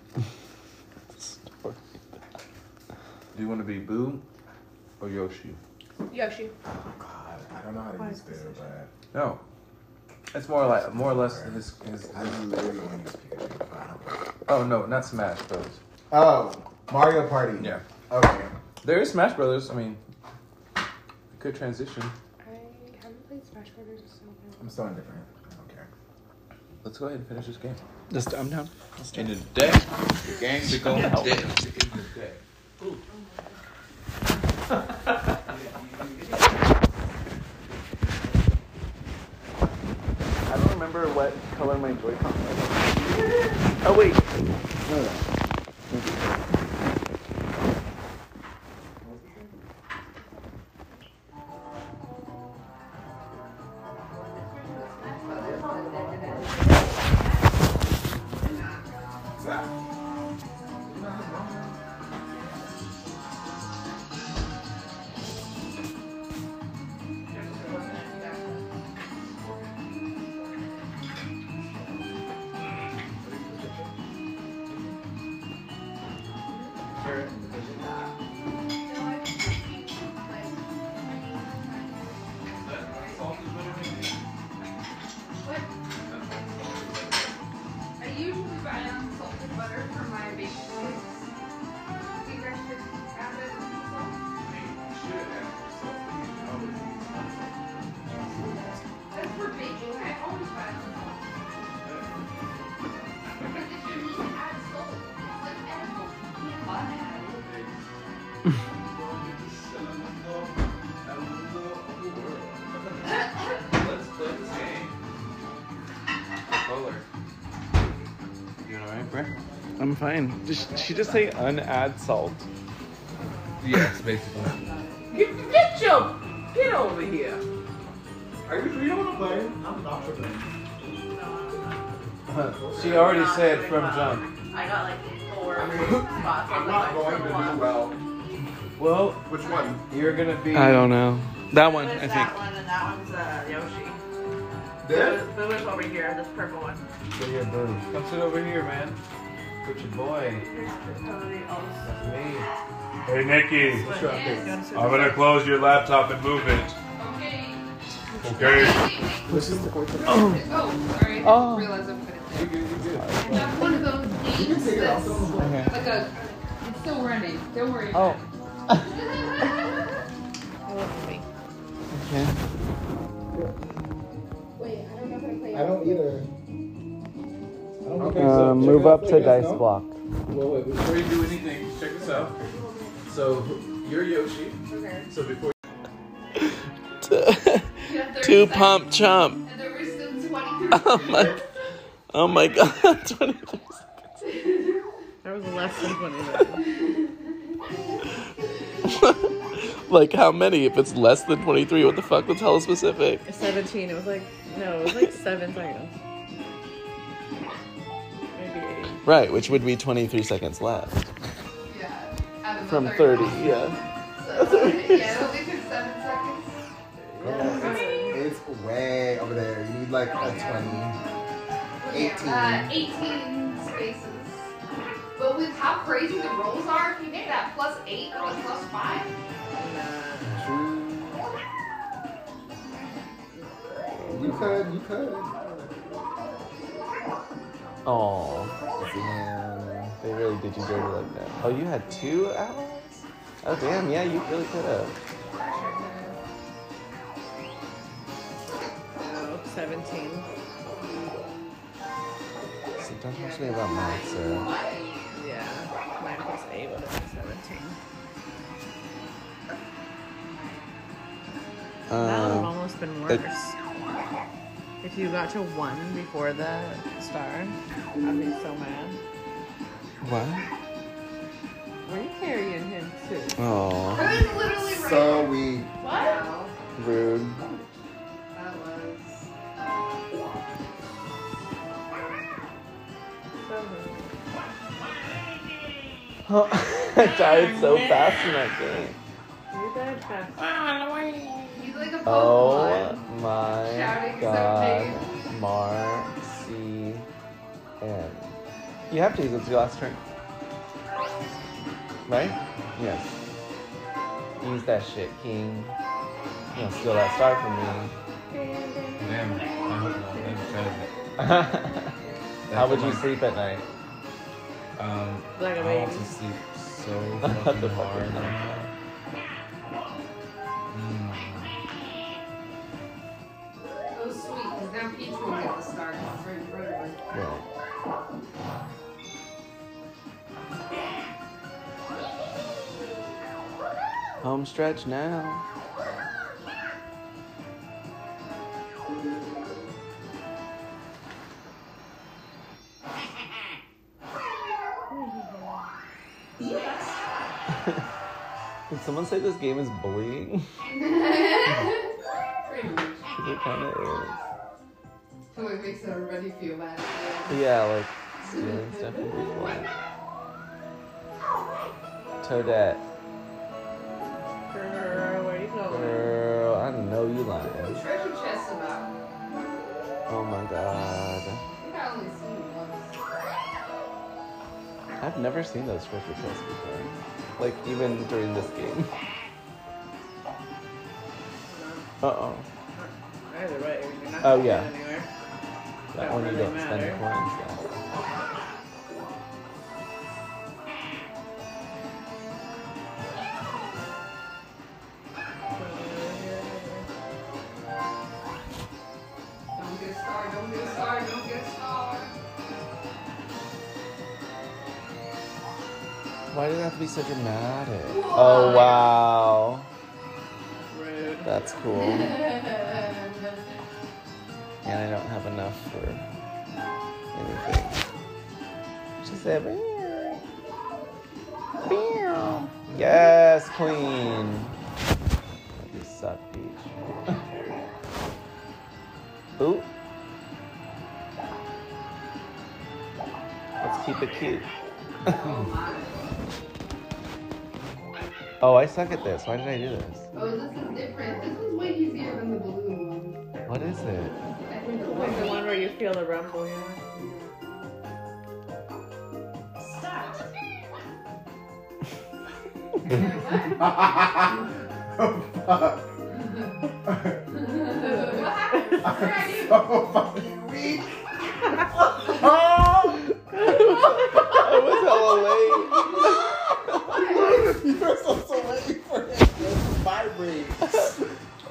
[SPEAKER 6] Do you want to be Boo or Oh, Yoshi?
[SPEAKER 8] Yoshi.
[SPEAKER 7] Oh God, I don't know how to
[SPEAKER 12] Why
[SPEAKER 7] use
[SPEAKER 12] is this
[SPEAKER 7] Boo, but
[SPEAKER 6] No. It's more like more or less his, his,
[SPEAKER 7] I literally want to use Pikachu. but I don't know.
[SPEAKER 6] Oh no, not Smash Bros.
[SPEAKER 7] Oh, Mario Party.
[SPEAKER 6] Yeah.
[SPEAKER 7] Okay.
[SPEAKER 6] There is Smash Brothers. I mean, good transition.
[SPEAKER 8] I haven't played Smash Brothers in so long.
[SPEAKER 7] I'm so indifferent. I don't care.
[SPEAKER 6] Let's go ahead and finish this game.
[SPEAKER 11] Just, I'm down.
[SPEAKER 6] In the day, the games are going down. In the day.
[SPEAKER 2] I don't remember what color my Joy-Con was. Oh, wait. No, no.
[SPEAKER 4] What? I usually buy unsalted butter for my baked goods. Do you guys should add it with salt? As for baking, I always buy salt. Because if you need to add salt, it's like edible. You can't buy it.
[SPEAKER 3] Let's play this game. Color.
[SPEAKER 6] You all right, Brent?
[SPEAKER 2] I'm fine. Did she, she just say unadd salt?
[SPEAKER 6] Yes, basically.
[SPEAKER 5] Get, get your get over here.
[SPEAKER 7] Are you sure you don't want to play? I'm not sure.
[SPEAKER 6] she already said from jump.
[SPEAKER 1] I got like four spots on
[SPEAKER 7] I'm
[SPEAKER 1] the
[SPEAKER 7] not
[SPEAKER 1] bike
[SPEAKER 7] going
[SPEAKER 1] from
[SPEAKER 7] to
[SPEAKER 1] one.
[SPEAKER 7] do well.
[SPEAKER 6] Well,
[SPEAKER 7] Which one?
[SPEAKER 6] you're gonna be.
[SPEAKER 11] I don't know. That one,
[SPEAKER 1] Who
[SPEAKER 11] I
[SPEAKER 1] is
[SPEAKER 11] think.
[SPEAKER 1] that one and that one's uh, Yoshi.
[SPEAKER 7] This?
[SPEAKER 1] Who is over here, this purple one?
[SPEAKER 6] Come sit over here, man.
[SPEAKER 3] Put your boy.
[SPEAKER 1] That's
[SPEAKER 3] That's me.
[SPEAKER 13] Hey Nikki,
[SPEAKER 1] what
[SPEAKER 7] up,
[SPEAKER 1] it is.
[SPEAKER 13] I'm gonna close your laptop and move it.
[SPEAKER 4] Okay.
[SPEAKER 13] Okay.
[SPEAKER 4] Wait, wait.
[SPEAKER 7] This is the fourth one.
[SPEAKER 4] Oh, sorry. I didn't
[SPEAKER 2] Oh.
[SPEAKER 4] realize I put it there. That's one of those
[SPEAKER 7] You can
[SPEAKER 4] games
[SPEAKER 7] take it
[SPEAKER 4] that's
[SPEAKER 7] off.
[SPEAKER 4] like a. It's still running. Don't worry.
[SPEAKER 2] Oh. Okay.
[SPEAKER 3] Wait, I don't know how to play.
[SPEAKER 7] I don't either. I don't think I-
[SPEAKER 2] Uh,
[SPEAKER 6] so.
[SPEAKER 2] move up
[SPEAKER 6] Check out
[SPEAKER 2] to
[SPEAKER 6] the guys,
[SPEAKER 2] dice
[SPEAKER 6] no?
[SPEAKER 2] block.
[SPEAKER 6] Well, wait, before you do anything, check this out. So, you're Yoshi. Okay. So before
[SPEAKER 14] Two pump chump.
[SPEAKER 4] And there is some 23.
[SPEAKER 14] Oh my, oh my god, 23.
[SPEAKER 1] That was less than 20 minutes.
[SPEAKER 14] Like how many? If it's less than 23, what the fuck? That's hella specific.
[SPEAKER 1] 17. It was like, no, it was like 7 seconds. Maybe 8.
[SPEAKER 14] Right, which would be 23 seconds left.
[SPEAKER 4] Out of the
[SPEAKER 14] From 30, yeah.
[SPEAKER 4] So, yeah, it only took seven seconds.
[SPEAKER 7] It's, it's way over there. You need like a 20. 18.
[SPEAKER 4] Uh, 18 spaces. But with how crazy the rolls are, if you make that plus 8 or a plus 5,
[SPEAKER 7] You could, you could.
[SPEAKER 2] Oh, damn. They really did you dirty like that. Oh, you had two allies? Oh, damn, yeah, you really could have.
[SPEAKER 1] No, 17.
[SPEAKER 2] So don't talk to me about math, Sarah.
[SPEAKER 1] Yeah. 9 plus 8 would have been 17.
[SPEAKER 15] Um,
[SPEAKER 1] that would have
[SPEAKER 14] Uh,
[SPEAKER 1] almost been
[SPEAKER 14] it-
[SPEAKER 1] worse. If you got to 1 before the star, I'd be so mad.
[SPEAKER 14] what?
[SPEAKER 1] Were you carrying him too?
[SPEAKER 14] Oh.
[SPEAKER 7] So
[SPEAKER 6] Uh,
[SPEAKER 7] we
[SPEAKER 4] What?
[SPEAKER 2] rude.
[SPEAKER 4] That was.
[SPEAKER 2] I died so fast in that game.
[SPEAKER 1] You died fast.
[SPEAKER 4] He's like a
[SPEAKER 2] Oh
[SPEAKER 4] Pokemon.
[SPEAKER 2] my
[SPEAKER 4] Shouting
[SPEAKER 2] god.
[SPEAKER 4] something.
[SPEAKER 2] Mar C M. You have to use it. It's your last turn. Right? Yes. Use that shit, King. You don't steal that star from me.
[SPEAKER 6] Damn, I hope not. That'd be
[SPEAKER 2] tragic. How would you sleep at night?
[SPEAKER 6] Um,
[SPEAKER 1] Like a
[SPEAKER 6] I want
[SPEAKER 1] baby.
[SPEAKER 6] to sleep so fucking hard right now.
[SPEAKER 4] Oh, sweet, because now Peach will get the star. 'cause it's right in front of her.
[SPEAKER 2] Yeah. Home stretch now. Did someone say this game is bullying?
[SPEAKER 4] Pretty much.
[SPEAKER 2] 'Cause it kind of
[SPEAKER 4] So it makes everybody feel bad.
[SPEAKER 2] is. Yeah, like stealing stuff from people. Toadette,
[SPEAKER 1] Girl, where you going?
[SPEAKER 2] girl, I know you lying.
[SPEAKER 4] Treasure chest about.
[SPEAKER 2] Oh my god.
[SPEAKER 4] I think I only seen it once.
[SPEAKER 2] I've never seen those treasure chests before. Like, even during this game. Uh oh.
[SPEAKER 1] Either way, you're not
[SPEAKER 2] Oh,
[SPEAKER 1] going
[SPEAKER 2] yeah.
[SPEAKER 1] anywhere.
[SPEAKER 2] That one you
[SPEAKER 1] really
[SPEAKER 2] don't spend coins on.
[SPEAKER 4] Don't get a star, don't get a star, don't get a star.
[SPEAKER 2] Why did it have to be so dramatic? Oh wow.
[SPEAKER 1] Rude.
[SPEAKER 2] That's cool. And I don't have enough for anything. She said, "Meow." Meow. Yes, queen. You suck, Peach. Ooh. Let's keep it cute. oh, I suck at this. Why did I do this?
[SPEAKER 4] Oh, this is different. This one's way easier than the blue one.
[SPEAKER 2] What is it?
[SPEAKER 4] I think the
[SPEAKER 1] Like the
[SPEAKER 4] one
[SPEAKER 1] one where you feel the rumble, yeah.
[SPEAKER 6] Oh,
[SPEAKER 3] I'm
[SPEAKER 7] so fucking weak.
[SPEAKER 2] I was hella late.
[SPEAKER 7] you were supposed to wait for it to vibrate.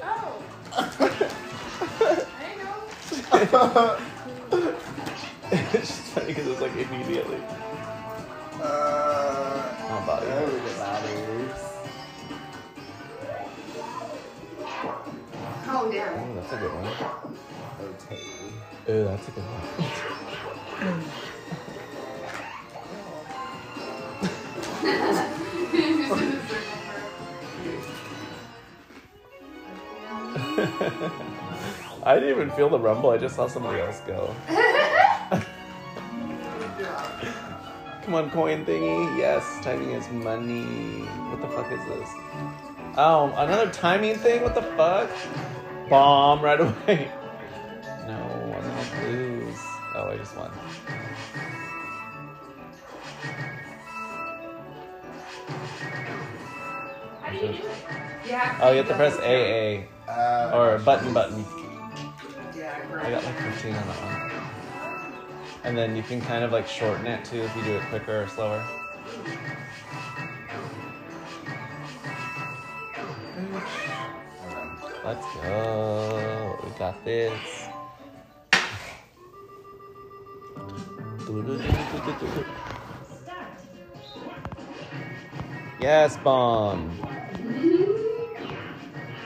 [SPEAKER 12] Oh.
[SPEAKER 8] I know.
[SPEAKER 2] it's just funny because it's like immediately.
[SPEAKER 7] Uh,
[SPEAKER 2] oh, body.
[SPEAKER 7] there we go, body.
[SPEAKER 8] Oh, yeah.
[SPEAKER 6] that's a good one. Oh, that's a good one.
[SPEAKER 2] I didn't even feel the rumble. I just saw somebody else go. Come on, coin thingy. Yes, timing is money. What the fuck is this? Oh, another timing thing? What the fuck? Bomb right away. No, I don't want blues. Oh, I just won.
[SPEAKER 12] How do you do it?
[SPEAKER 8] Yeah.
[SPEAKER 2] Oh, you have to press AA. or button button. I got like 15 on that one. And then you can kind of like shorten it too if you do it quicker or slower. Let's go. We got this. Yes, bomb.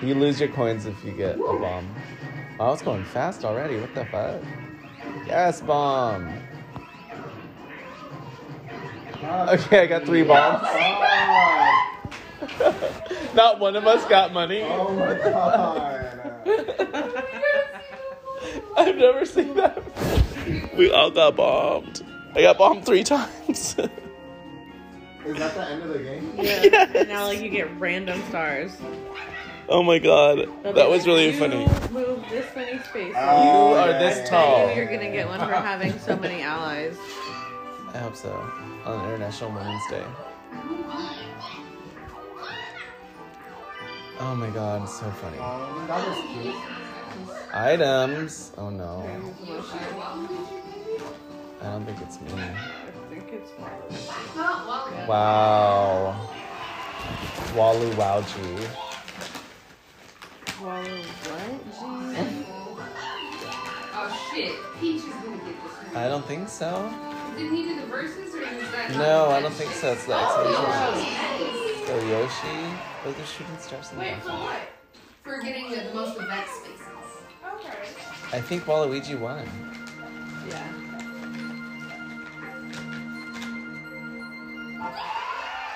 [SPEAKER 2] You lose your coins if you get a bomb. Oh, I was going fast already. What the fuck? Yes, bomb. Okay, I got three bombs. Not one of us got money.
[SPEAKER 7] Oh my god.
[SPEAKER 15] I've never seen that. We all got bombed. I got bombed three times.
[SPEAKER 7] Is that the end of the game?
[SPEAKER 5] Yeah. And now like you get random stars.
[SPEAKER 15] oh my god,
[SPEAKER 5] They'll be
[SPEAKER 15] that was
[SPEAKER 5] like,
[SPEAKER 15] really
[SPEAKER 5] "You
[SPEAKER 15] funny. Oh.
[SPEAKER 5] Move this many spaces.
[SPEAKER 2] You are this tall.
[SPEAKER 5] Oh, I knew you're gonna get one for having so many allies.
[SPEAKER 2] I hope so. On International Women's Day. Oh my god, it's so funny.
[SPEAKER 7] That was cute.
[SPEAKER 2] Items. Oh no. I don't think it's me. Wow. Walu Wowji.
[SPEAKER 4] Oh shit, Peach is gonna get this
[SPEAKER 2] I don't think so.
[SPEAKER 4] one. Didn't he do the verses or was that?
[SPEAKER 2] No, I don't think so. It's the exhibition.
[SPEAKER 4] Oh,
[SPEAKER 2] Oh, Yoshi. Those are shooting stars in the
[SPEAKER 4] Wait, for
[SPEAKER 2] background.
[SPEAKER 4] what? For getting the most event spaces.
[SPEAKER 2] I think Waluigi won.
[SPEAKER 5] Yeah.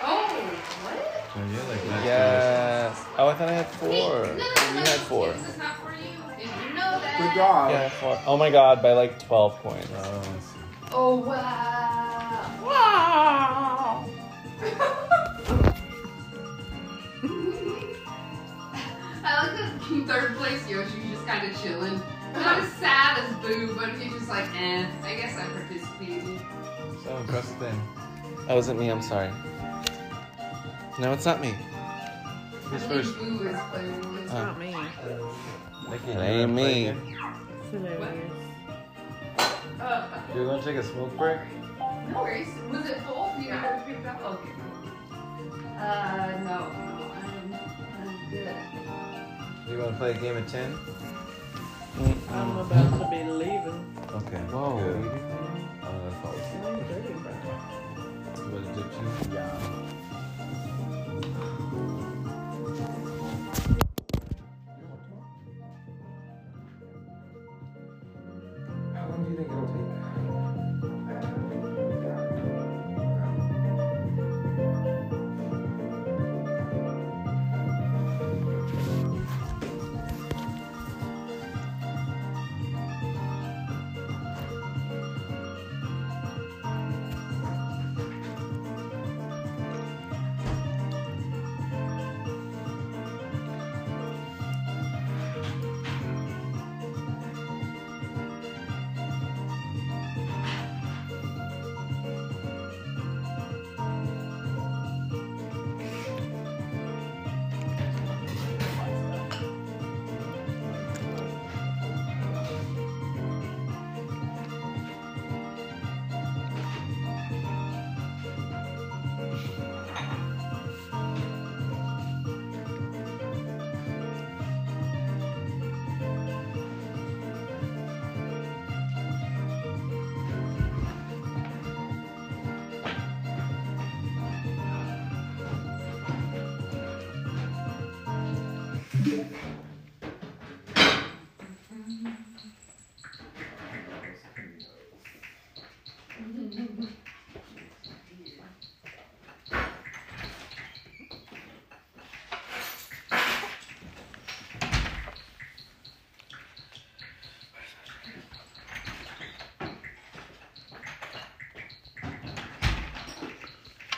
[SPEAKER 4] Oh, what?
[SPEAKER 3] Oh, yeah, like last
[SPEAKER 2] Yes. Oh, I thought I had four.
[SPEAKER 4] No,
[SPEAKER 2] You
[SPEAKER 4] no,
[SPEAKER 2] had four.
[SPEAKER 4] This is not for you. Did you know that?
[SPEAKER 7] Good job.
[SPEAKER 2] Yeah, four. Oh my god, by like 12 coins.
[SPEAKER 4] Oh wow! Wow! I like that in third place Yoshi's just kind of chilling. Not as sad as Boo, but he's just like, eh. I guess I participated.
[SPEAKER 3] So impressive thing.
[SPEAKER 2] Oh, is it me? I'm sorry. No, it's not me.
[SPEAKER 3] Who's first?
[SPEAKER 4] Boo is playing.
[SPEAKER 5] It's
[SPEAKER 15] Uh-huh.
[SPEAKER 2] Oh.
[SPEAKER 5] not me.
[SPEAKER 3] Nikki,
[SPEAKER 2] It
[SPEAKER 3] you
[SPEAKER 2] ain't
[SPEAKER 3] wanna play
[SPEAKER 2] me.
[SPEAKER 3] again?
[SPEAKER 5] It's hilarious.
[SPEAKER 3] Do you want to take a smoke break?
[SPEAKER 4] Uh, No worries. Was it full? You know, I picked up. Okay. Uh, no. no, I'm, I'm good.
[SPEAKER 3] Do you want to play a game of 10?
[SPEAKER 5] I'm about to be leaving.
[SPEAKER 3] Okay.
[SPEAKER 2] Whoa.
[SPEAKER 3] Good. Uh, that's all.
[SPEAKER 5] Nine thirty, bro.
[SPEAKER 3] What did you do?
[SPEAKER 7] Yeah.
[SPEAKER 3] How long do you think it'll take?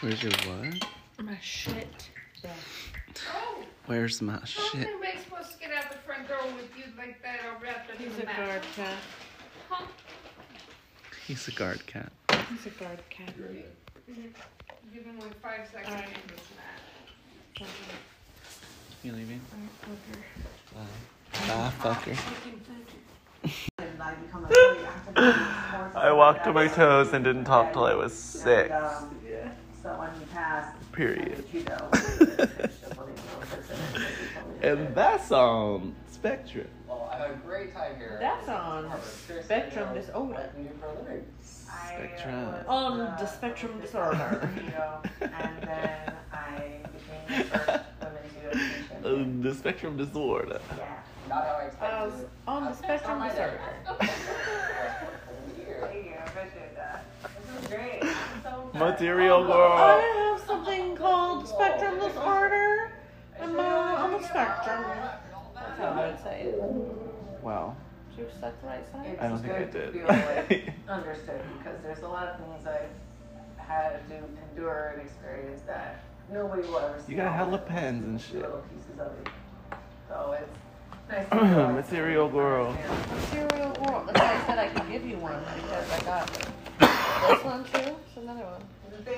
[SPEAKER 15] Where's your what?
[SPEAKER 4] My shit. Oh,
[SPEAKER 15] Where's my
[SPEAKER 12] How's
[SPEAKER 15] shit?
[SPEAKER 12] anybody supposed to get out the front door with you like that all wrapped up in
[SPEAKER 5] He's
[SPEAKER 12] the
[SPEAKER 5] a
[SPEAKER 12] mat?
[SPEAKER 5] guard cat.
[SPEAKER 12] Huh?
[SPEAKER 15] He's a guard cat.
[SPEAKER 5] He's a guard cat.
[SPEAKER 12] Give him like five seconds to get this mat.
[SPEAKER 15] You leaving?
[SPEAKER 2] Ah,
[SPEAKER 15] Bye, fucker.
[SPEAKER 2] I walked on my toes and didn't talk till I was six.
[SPEAKER 1] So when you pass,
[SPEAKER 2] Period.
[SPEAKER 1] you know.
[SPEAKER 2] And that's on Spectrum.
[SPEAKER 16] Well, I had a great time here.
[SPEAKER 1] That's on spectrum disorder.
[SPEAKER 2] Spectrum.
[SPEAKER 1] On the spectrum disorder. and then I became the first woman to do it.
[SPEAKER 2] Uh, the Spectrum disorder.
[SPEAKER 16] Not how I expected.
[SPEAKER 1] I was on the spectrum disorder.
[SPEAKER 2] Material
[SPEAKER 1] Oh,
[SPEAKER 2] girl.
[SPEAKER 1] I have something called spectrum disorder. I'm uh, on the spectrum. That's how I would say it.
[SPEAKER 2] Wow.
[SPEAKER 1] Did you suck the right side?
[SPEAKER 2] I don't think I
[SPEAKER 1] It's
[SPEAKER 2] did.
[SPEAKER 1] good to feel like understood because there's a lot of things I've had to endure and experience that nobody will ever see.
[SPEAKER 2] You got
[SPEAKER 1] all
[SPEAKER 2] hella pens and
[SPEAKER 1] the
[SPEAKER 2] shit.
[SPEAKER 1] little pieces of it. So it's nice to feel like
[SPEAKER 2] Material girl.
[SPEAKER 1] Material world. That's why I said I could give you one because I got it. That's one too. It's another one.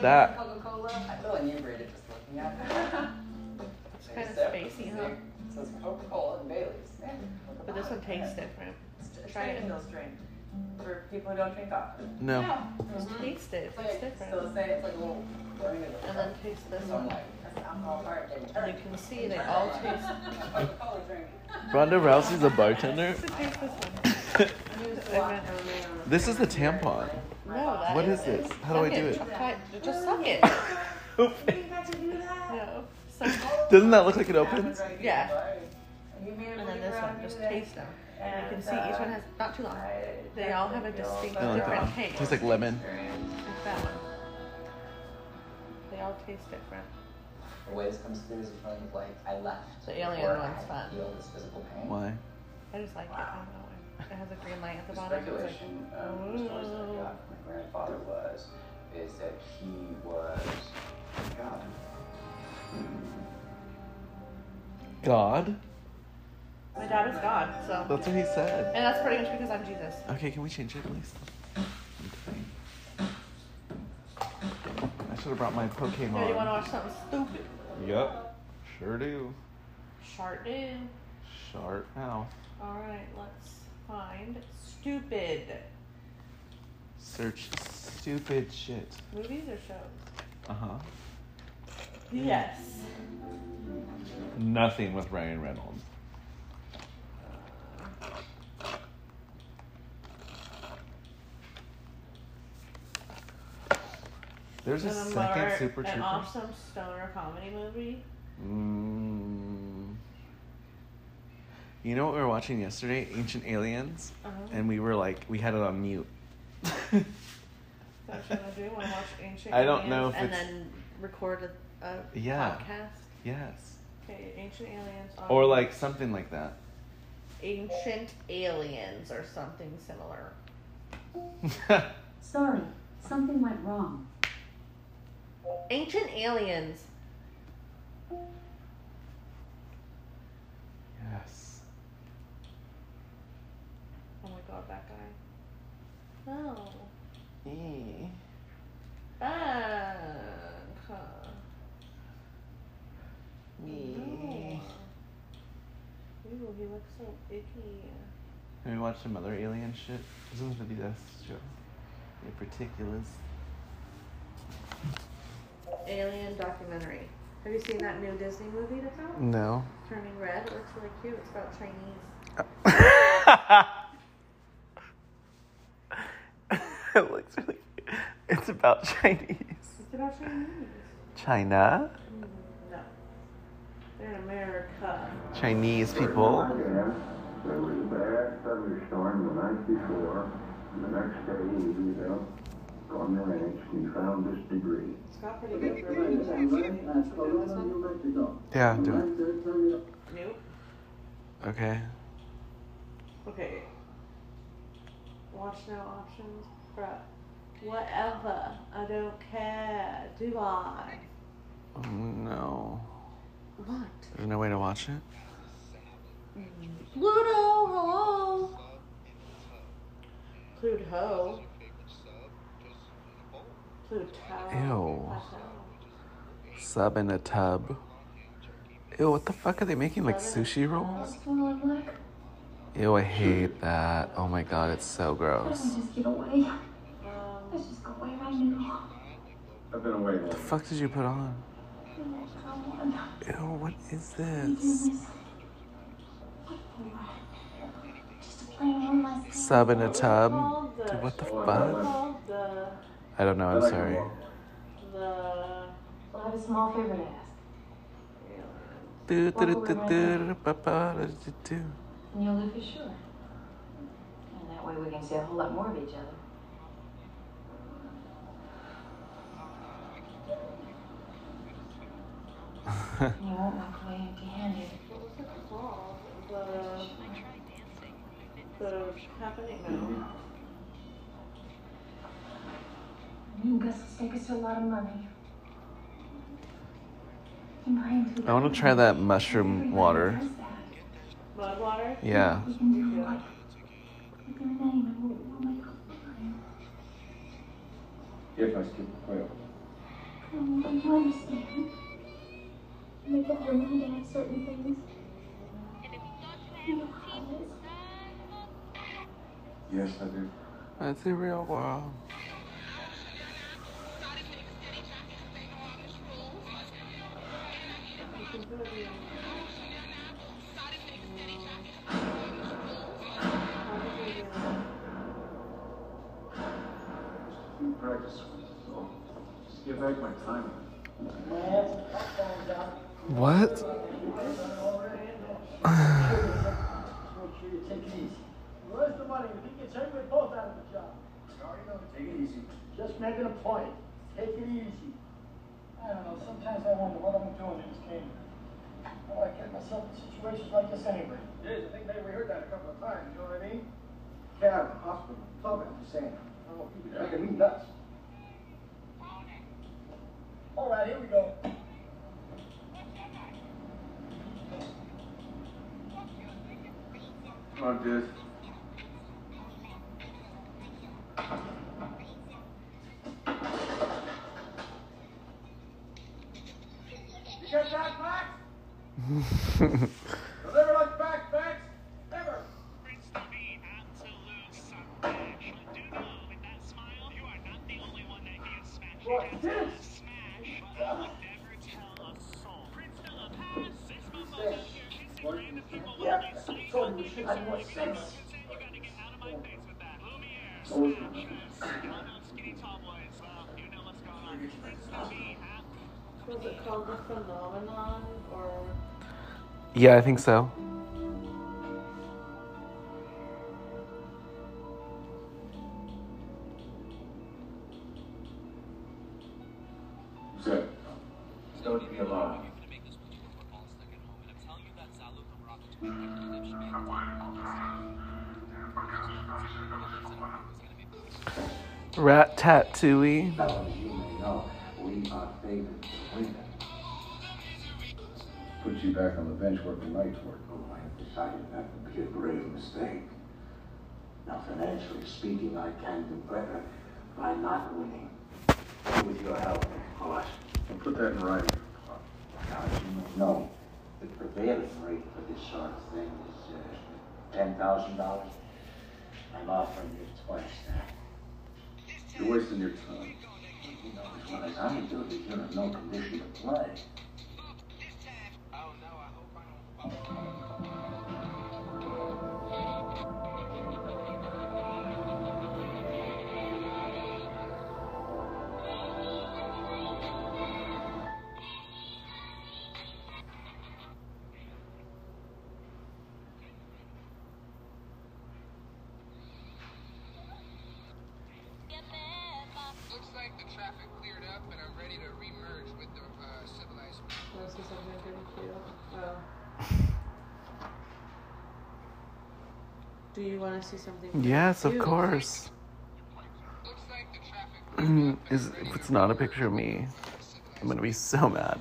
[SPEAKER 2] That-
[SPEAKER 1] Coca Cola.
[SPEAKER 16] I feel inebriated just looking at it.
[SPEAKER 1] It's kind of spacey, huh?
[SPEAKER 16] It says Coca-Cola and Bailey's.
[SPEAKER 1] But this one tastes different. Try it in those drinks for people who don't drink coffee.
[SPEAKER 2] No.
[SPEAKER 1] Mhm. Taste it. It's different. So say it's like a little. And then taste this one. And you can see they all taste.
[SPEAKER 2] Ronda Rousey's a bartender.
[SPEAKER 1] Taste this one.
[SPEAKER 2] This is the tampon.
[SPEAKER 1] No, that
[SPEAKER 2] What is
[SPEAKER 1] isn't.
[SPEAKER 2] this? How do I
[SPEAKER 1] Suck
[SPEAKER 2] do it?
[SPEAKER 1] Just try- Just suck it. No. Suck it.
[SPEAKER 2] Doesn't that look like it opens?
[SPEAKER 1] Yeah. And then this one, just taste them. And you can see each one has not too long. They all have a distinct
[SPEAKER 2] I like that
[SPEAKER 1] different
[SPEAKER 2] one.
[SPEAKER 1] taste.
[SPEAKER 2] Tastes like lemon.
[SPEAKER 1] Like that one. They all taste different.
[SPEAKER 16] The waves comes through is a feeling of like I left.
[SPEAKER 1] The alien
[SPEAKER 16] before
[SPEAKER 1] one's
[SPEAKER 16] I
[SPEAKER 1] fun.
[SPEAKER 16] Feel this physical pain.
[SPEAKER 2] Why?
[SPEAKER 1] I just like it. I don't know. It has a green light at the
[SPEAKER 16] The
[SPEAKER 1] bottom. It's like,
[SPEAKER 16] speculation um,
[SPEAKER 1] Oh.
[SPEAKER 16] the stories that I got from my grandfather was is that he was God.
[SPEAKER 2] God?
[SPEAKER 1] my dad is God, so.
[SPEAKER 2] That's what he said.
[SPEAKER 1] And that's pretty much because I'm Jesus.
[SPEAKER 2] Okay, can we change it, please? I should have brought my Pokemon.
[SPEAKER 1] Now you want to watch something stupid?
[SPEAKER 2] Yep. Sure do.
[SPEAKER 1] Shark do.
[SPEAKER 2] Sharp now.
[SPEAKER 1] All right, let's find stupid
[SPEAKER 2] Search stupid shit.
[SPEAKER 1] movies or shows.
[SPEAKER 2] Uh huh.
[SPEAKER 1] Yes.
[SPEAKER 2] Nothing with Ryan Reynolds. There's a
[SPEAKER 1] Number-
[SPEAKER 2] second Super
[SPEAKER 1] An
[SPEAKER 2] Troopers.
[SPEAKER 1] awesome stoner comedy movie.
[SPEAKER 2] Mm. You know what we were watching yesterday? Ancient Aliens.
[SPEAKER 1] Uh-huh.
[SPEAKER 2] And we were like, we had it on mute.
[SPEAKER 1] That's what I do. I watch Ancient
[SPEAKER 2] I don't know
[SPEAKER 1] Aliens
[SPEAKER 2] if
[SPEAKER 1] and
[SPEAKER 2] it's-
[SPEAKER 1] then record a, a
[SPEAKER 2] Yeah.
[SPEAKER 1] podcast.
[SPEAKER 2] Yes.
[SPEAKER 1] Okay, Ancient Aliens. on-
[SPEAKER 2] Or like something like that.
[SPEAKER 1] Ancient Aliens or something similar. Sorry, something went wrong. Ancient Aliens.
[SPEAKER 2] Yes.
[SPEAKER 1] Oh my god, that guy. Oh.
[SPEAKER 2] E.
[SPEAKER 1] Bangkok.
[SPEAKER 2] E.
[SPEAKER 1] Oh, Ooh, he looks so icky.
[SPEAKER 2] Can we watch some other alien shit? This is gonna be this show. In particulars.
[SPEAKER 1] Alien documentary. Have you seen that new Disney movie that's out?
[SPEAKER 2] No.
[SPEAKER 1] Turning Red. It looks really cute. It's about Chinese.
[SPEAKER 2] it looks really cute. It's about Chinese.
[SPEAKER 1] It's about Chinese.
[SPEAKER 2] China?
[SPEAKER 1] Mm, No. They're in America.
[SPEAKER 2] Chinese people.
[SPEAKER 3] There was a bad thunderstorm the night before, and the next day he was out on the ranch and he found this debris.
[SPEAKER 1] It's got pretty good for a Should we do this one?
[SPEAKER 2] Yeah, do
[SPEAKER 1] Nope.
[SPEAKER 2] it. Okay.
[SPEAKER 1] Okay. Watch no options, bruh. Whatever. I don't care. Do I?
[SPEAKER 2] Oh, No.
[SPEAKER 1] What?
[SPEAKER 2] There's no way to watch it?
[SPEAKER 1] Pluto, hello. Pluto. Pluto.
[SPEAKER 2] Ew. Sub in a tub. Ew, what the fuck are they making? Like sushi rolls? Ew, I hate that. Oh my god, it's so gross.
[SPEAKER 8] just get away. Let's just go away right now.
[SPEAKER 3] I've been away
[SPEAKER 2] What the fuck did you put on?
[SPEAKER 8] Come on.
[SPEAKER 2] Ew, what is
[SPEAKER 8] You do
[SPEAKER 2] this?
[SPEAKER 8] this. What for? Just to play one last game.
[SPEAKER 2] Sub in a tub? Dude, what the fuck?
[SPEAKER 1] The
[SPEAKER 2] I don't know, I'm sorry.
[SPEAKER 1] the
[SPEAKER 8] Well, I have a small favor to ask.
[SPEAKER 2] Do, do, do, do, do, ba, ba, do, do, do.
[SPEAKER 8] And you'll live for sure. And that way we can see a whole lot more of each other. And you won't walk away empty handed.
[SPEAKER 1] the the happening now.
[SPEAKER 8] Me and Gus will take us to a lot of money. You mind?
[SPEAKER 2] I want to try that mushroom water.
[SPEAKER 1] Mud water.
[SPEAKER 2] Yeah.
[SPEAKER 8] We can do it. Look at her name and we'll, we'll make up
[SPEAKER 3] If I still quail.
[SPEAKER 8] Come, you understand? Make up your mind to certain things. You know how it is.
[SPEAKER 3] Yes, I do.
[SPEAKER 2] That's the real world.
[SPEAKER 3] You practice. So just give back my time.
[SPEAKER 2] What?
[SPEAKER 3] Take it easy.
[SPEAKER 16] Where's the money? We can take it both out of the job.
[SPEAKER 3] Take it easy.
[SPEAKER 16] Just making a point. Take it easy. I don't know. Sometimes I wonder what I'm doing in this game. How do I get myself in situations like this anyway? Yes, I think maybe we heard that a couple of times. You know what I mean? Cab, hospital, club, I'm just saying. Oh, people making me nuts. All right, here we go.
[SPEAKER 3] Come on, dude.
[SPEAKER 16] You got that, Max? Deliver like backpacks? Ever. What? This? Yeah, I told you you should have more sense.
[SPEAKER 1] Was it called the phenomenon or?
[SPEAKER 2] Yeah, I think so.
[SPEAKER 3] Zip. Don't leave me alone.
[SPEAKER 2] Rat tattooey.
[SPEAKER 3] You may know we are favored to win. Put you back on the bench working night's work. Oh, I have decided that would be a grave mistake. Now, financially speaking, I can do better by not winning. With your help, of course. And put that in writing. Now, as you may know, the prevailing rate for this sort of thing is uh, $10,000. I'm offering you twice that. You're wasting your time. You know as well as I do that you're in no condition to play.
[SPEAKER 16] uh, Oh. Do you want to see something?
[SPEAKER 2] Yes, of course. Mm, Is if it's not a picture of me, I'm gonna be so mad.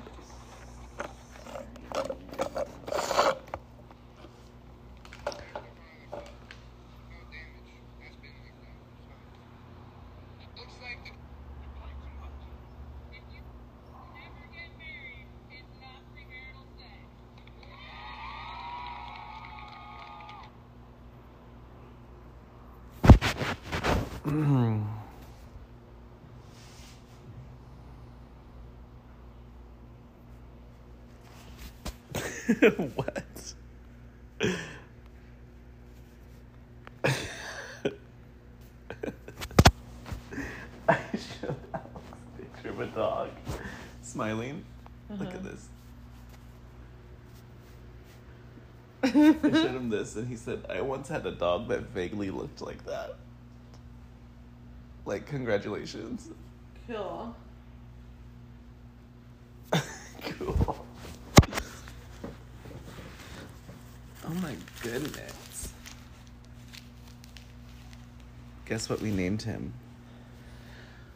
[SPEAKER 2] what? I showed Alex a picture of a dog smiling. Look at this. I showed him this, and he said, "I once had a dog that vaguely looked like that." Like, congratulations.
[SPEAKER 16] Cool.
[SPEAKER 2] cool. Oh my goodness. Guess what we named him?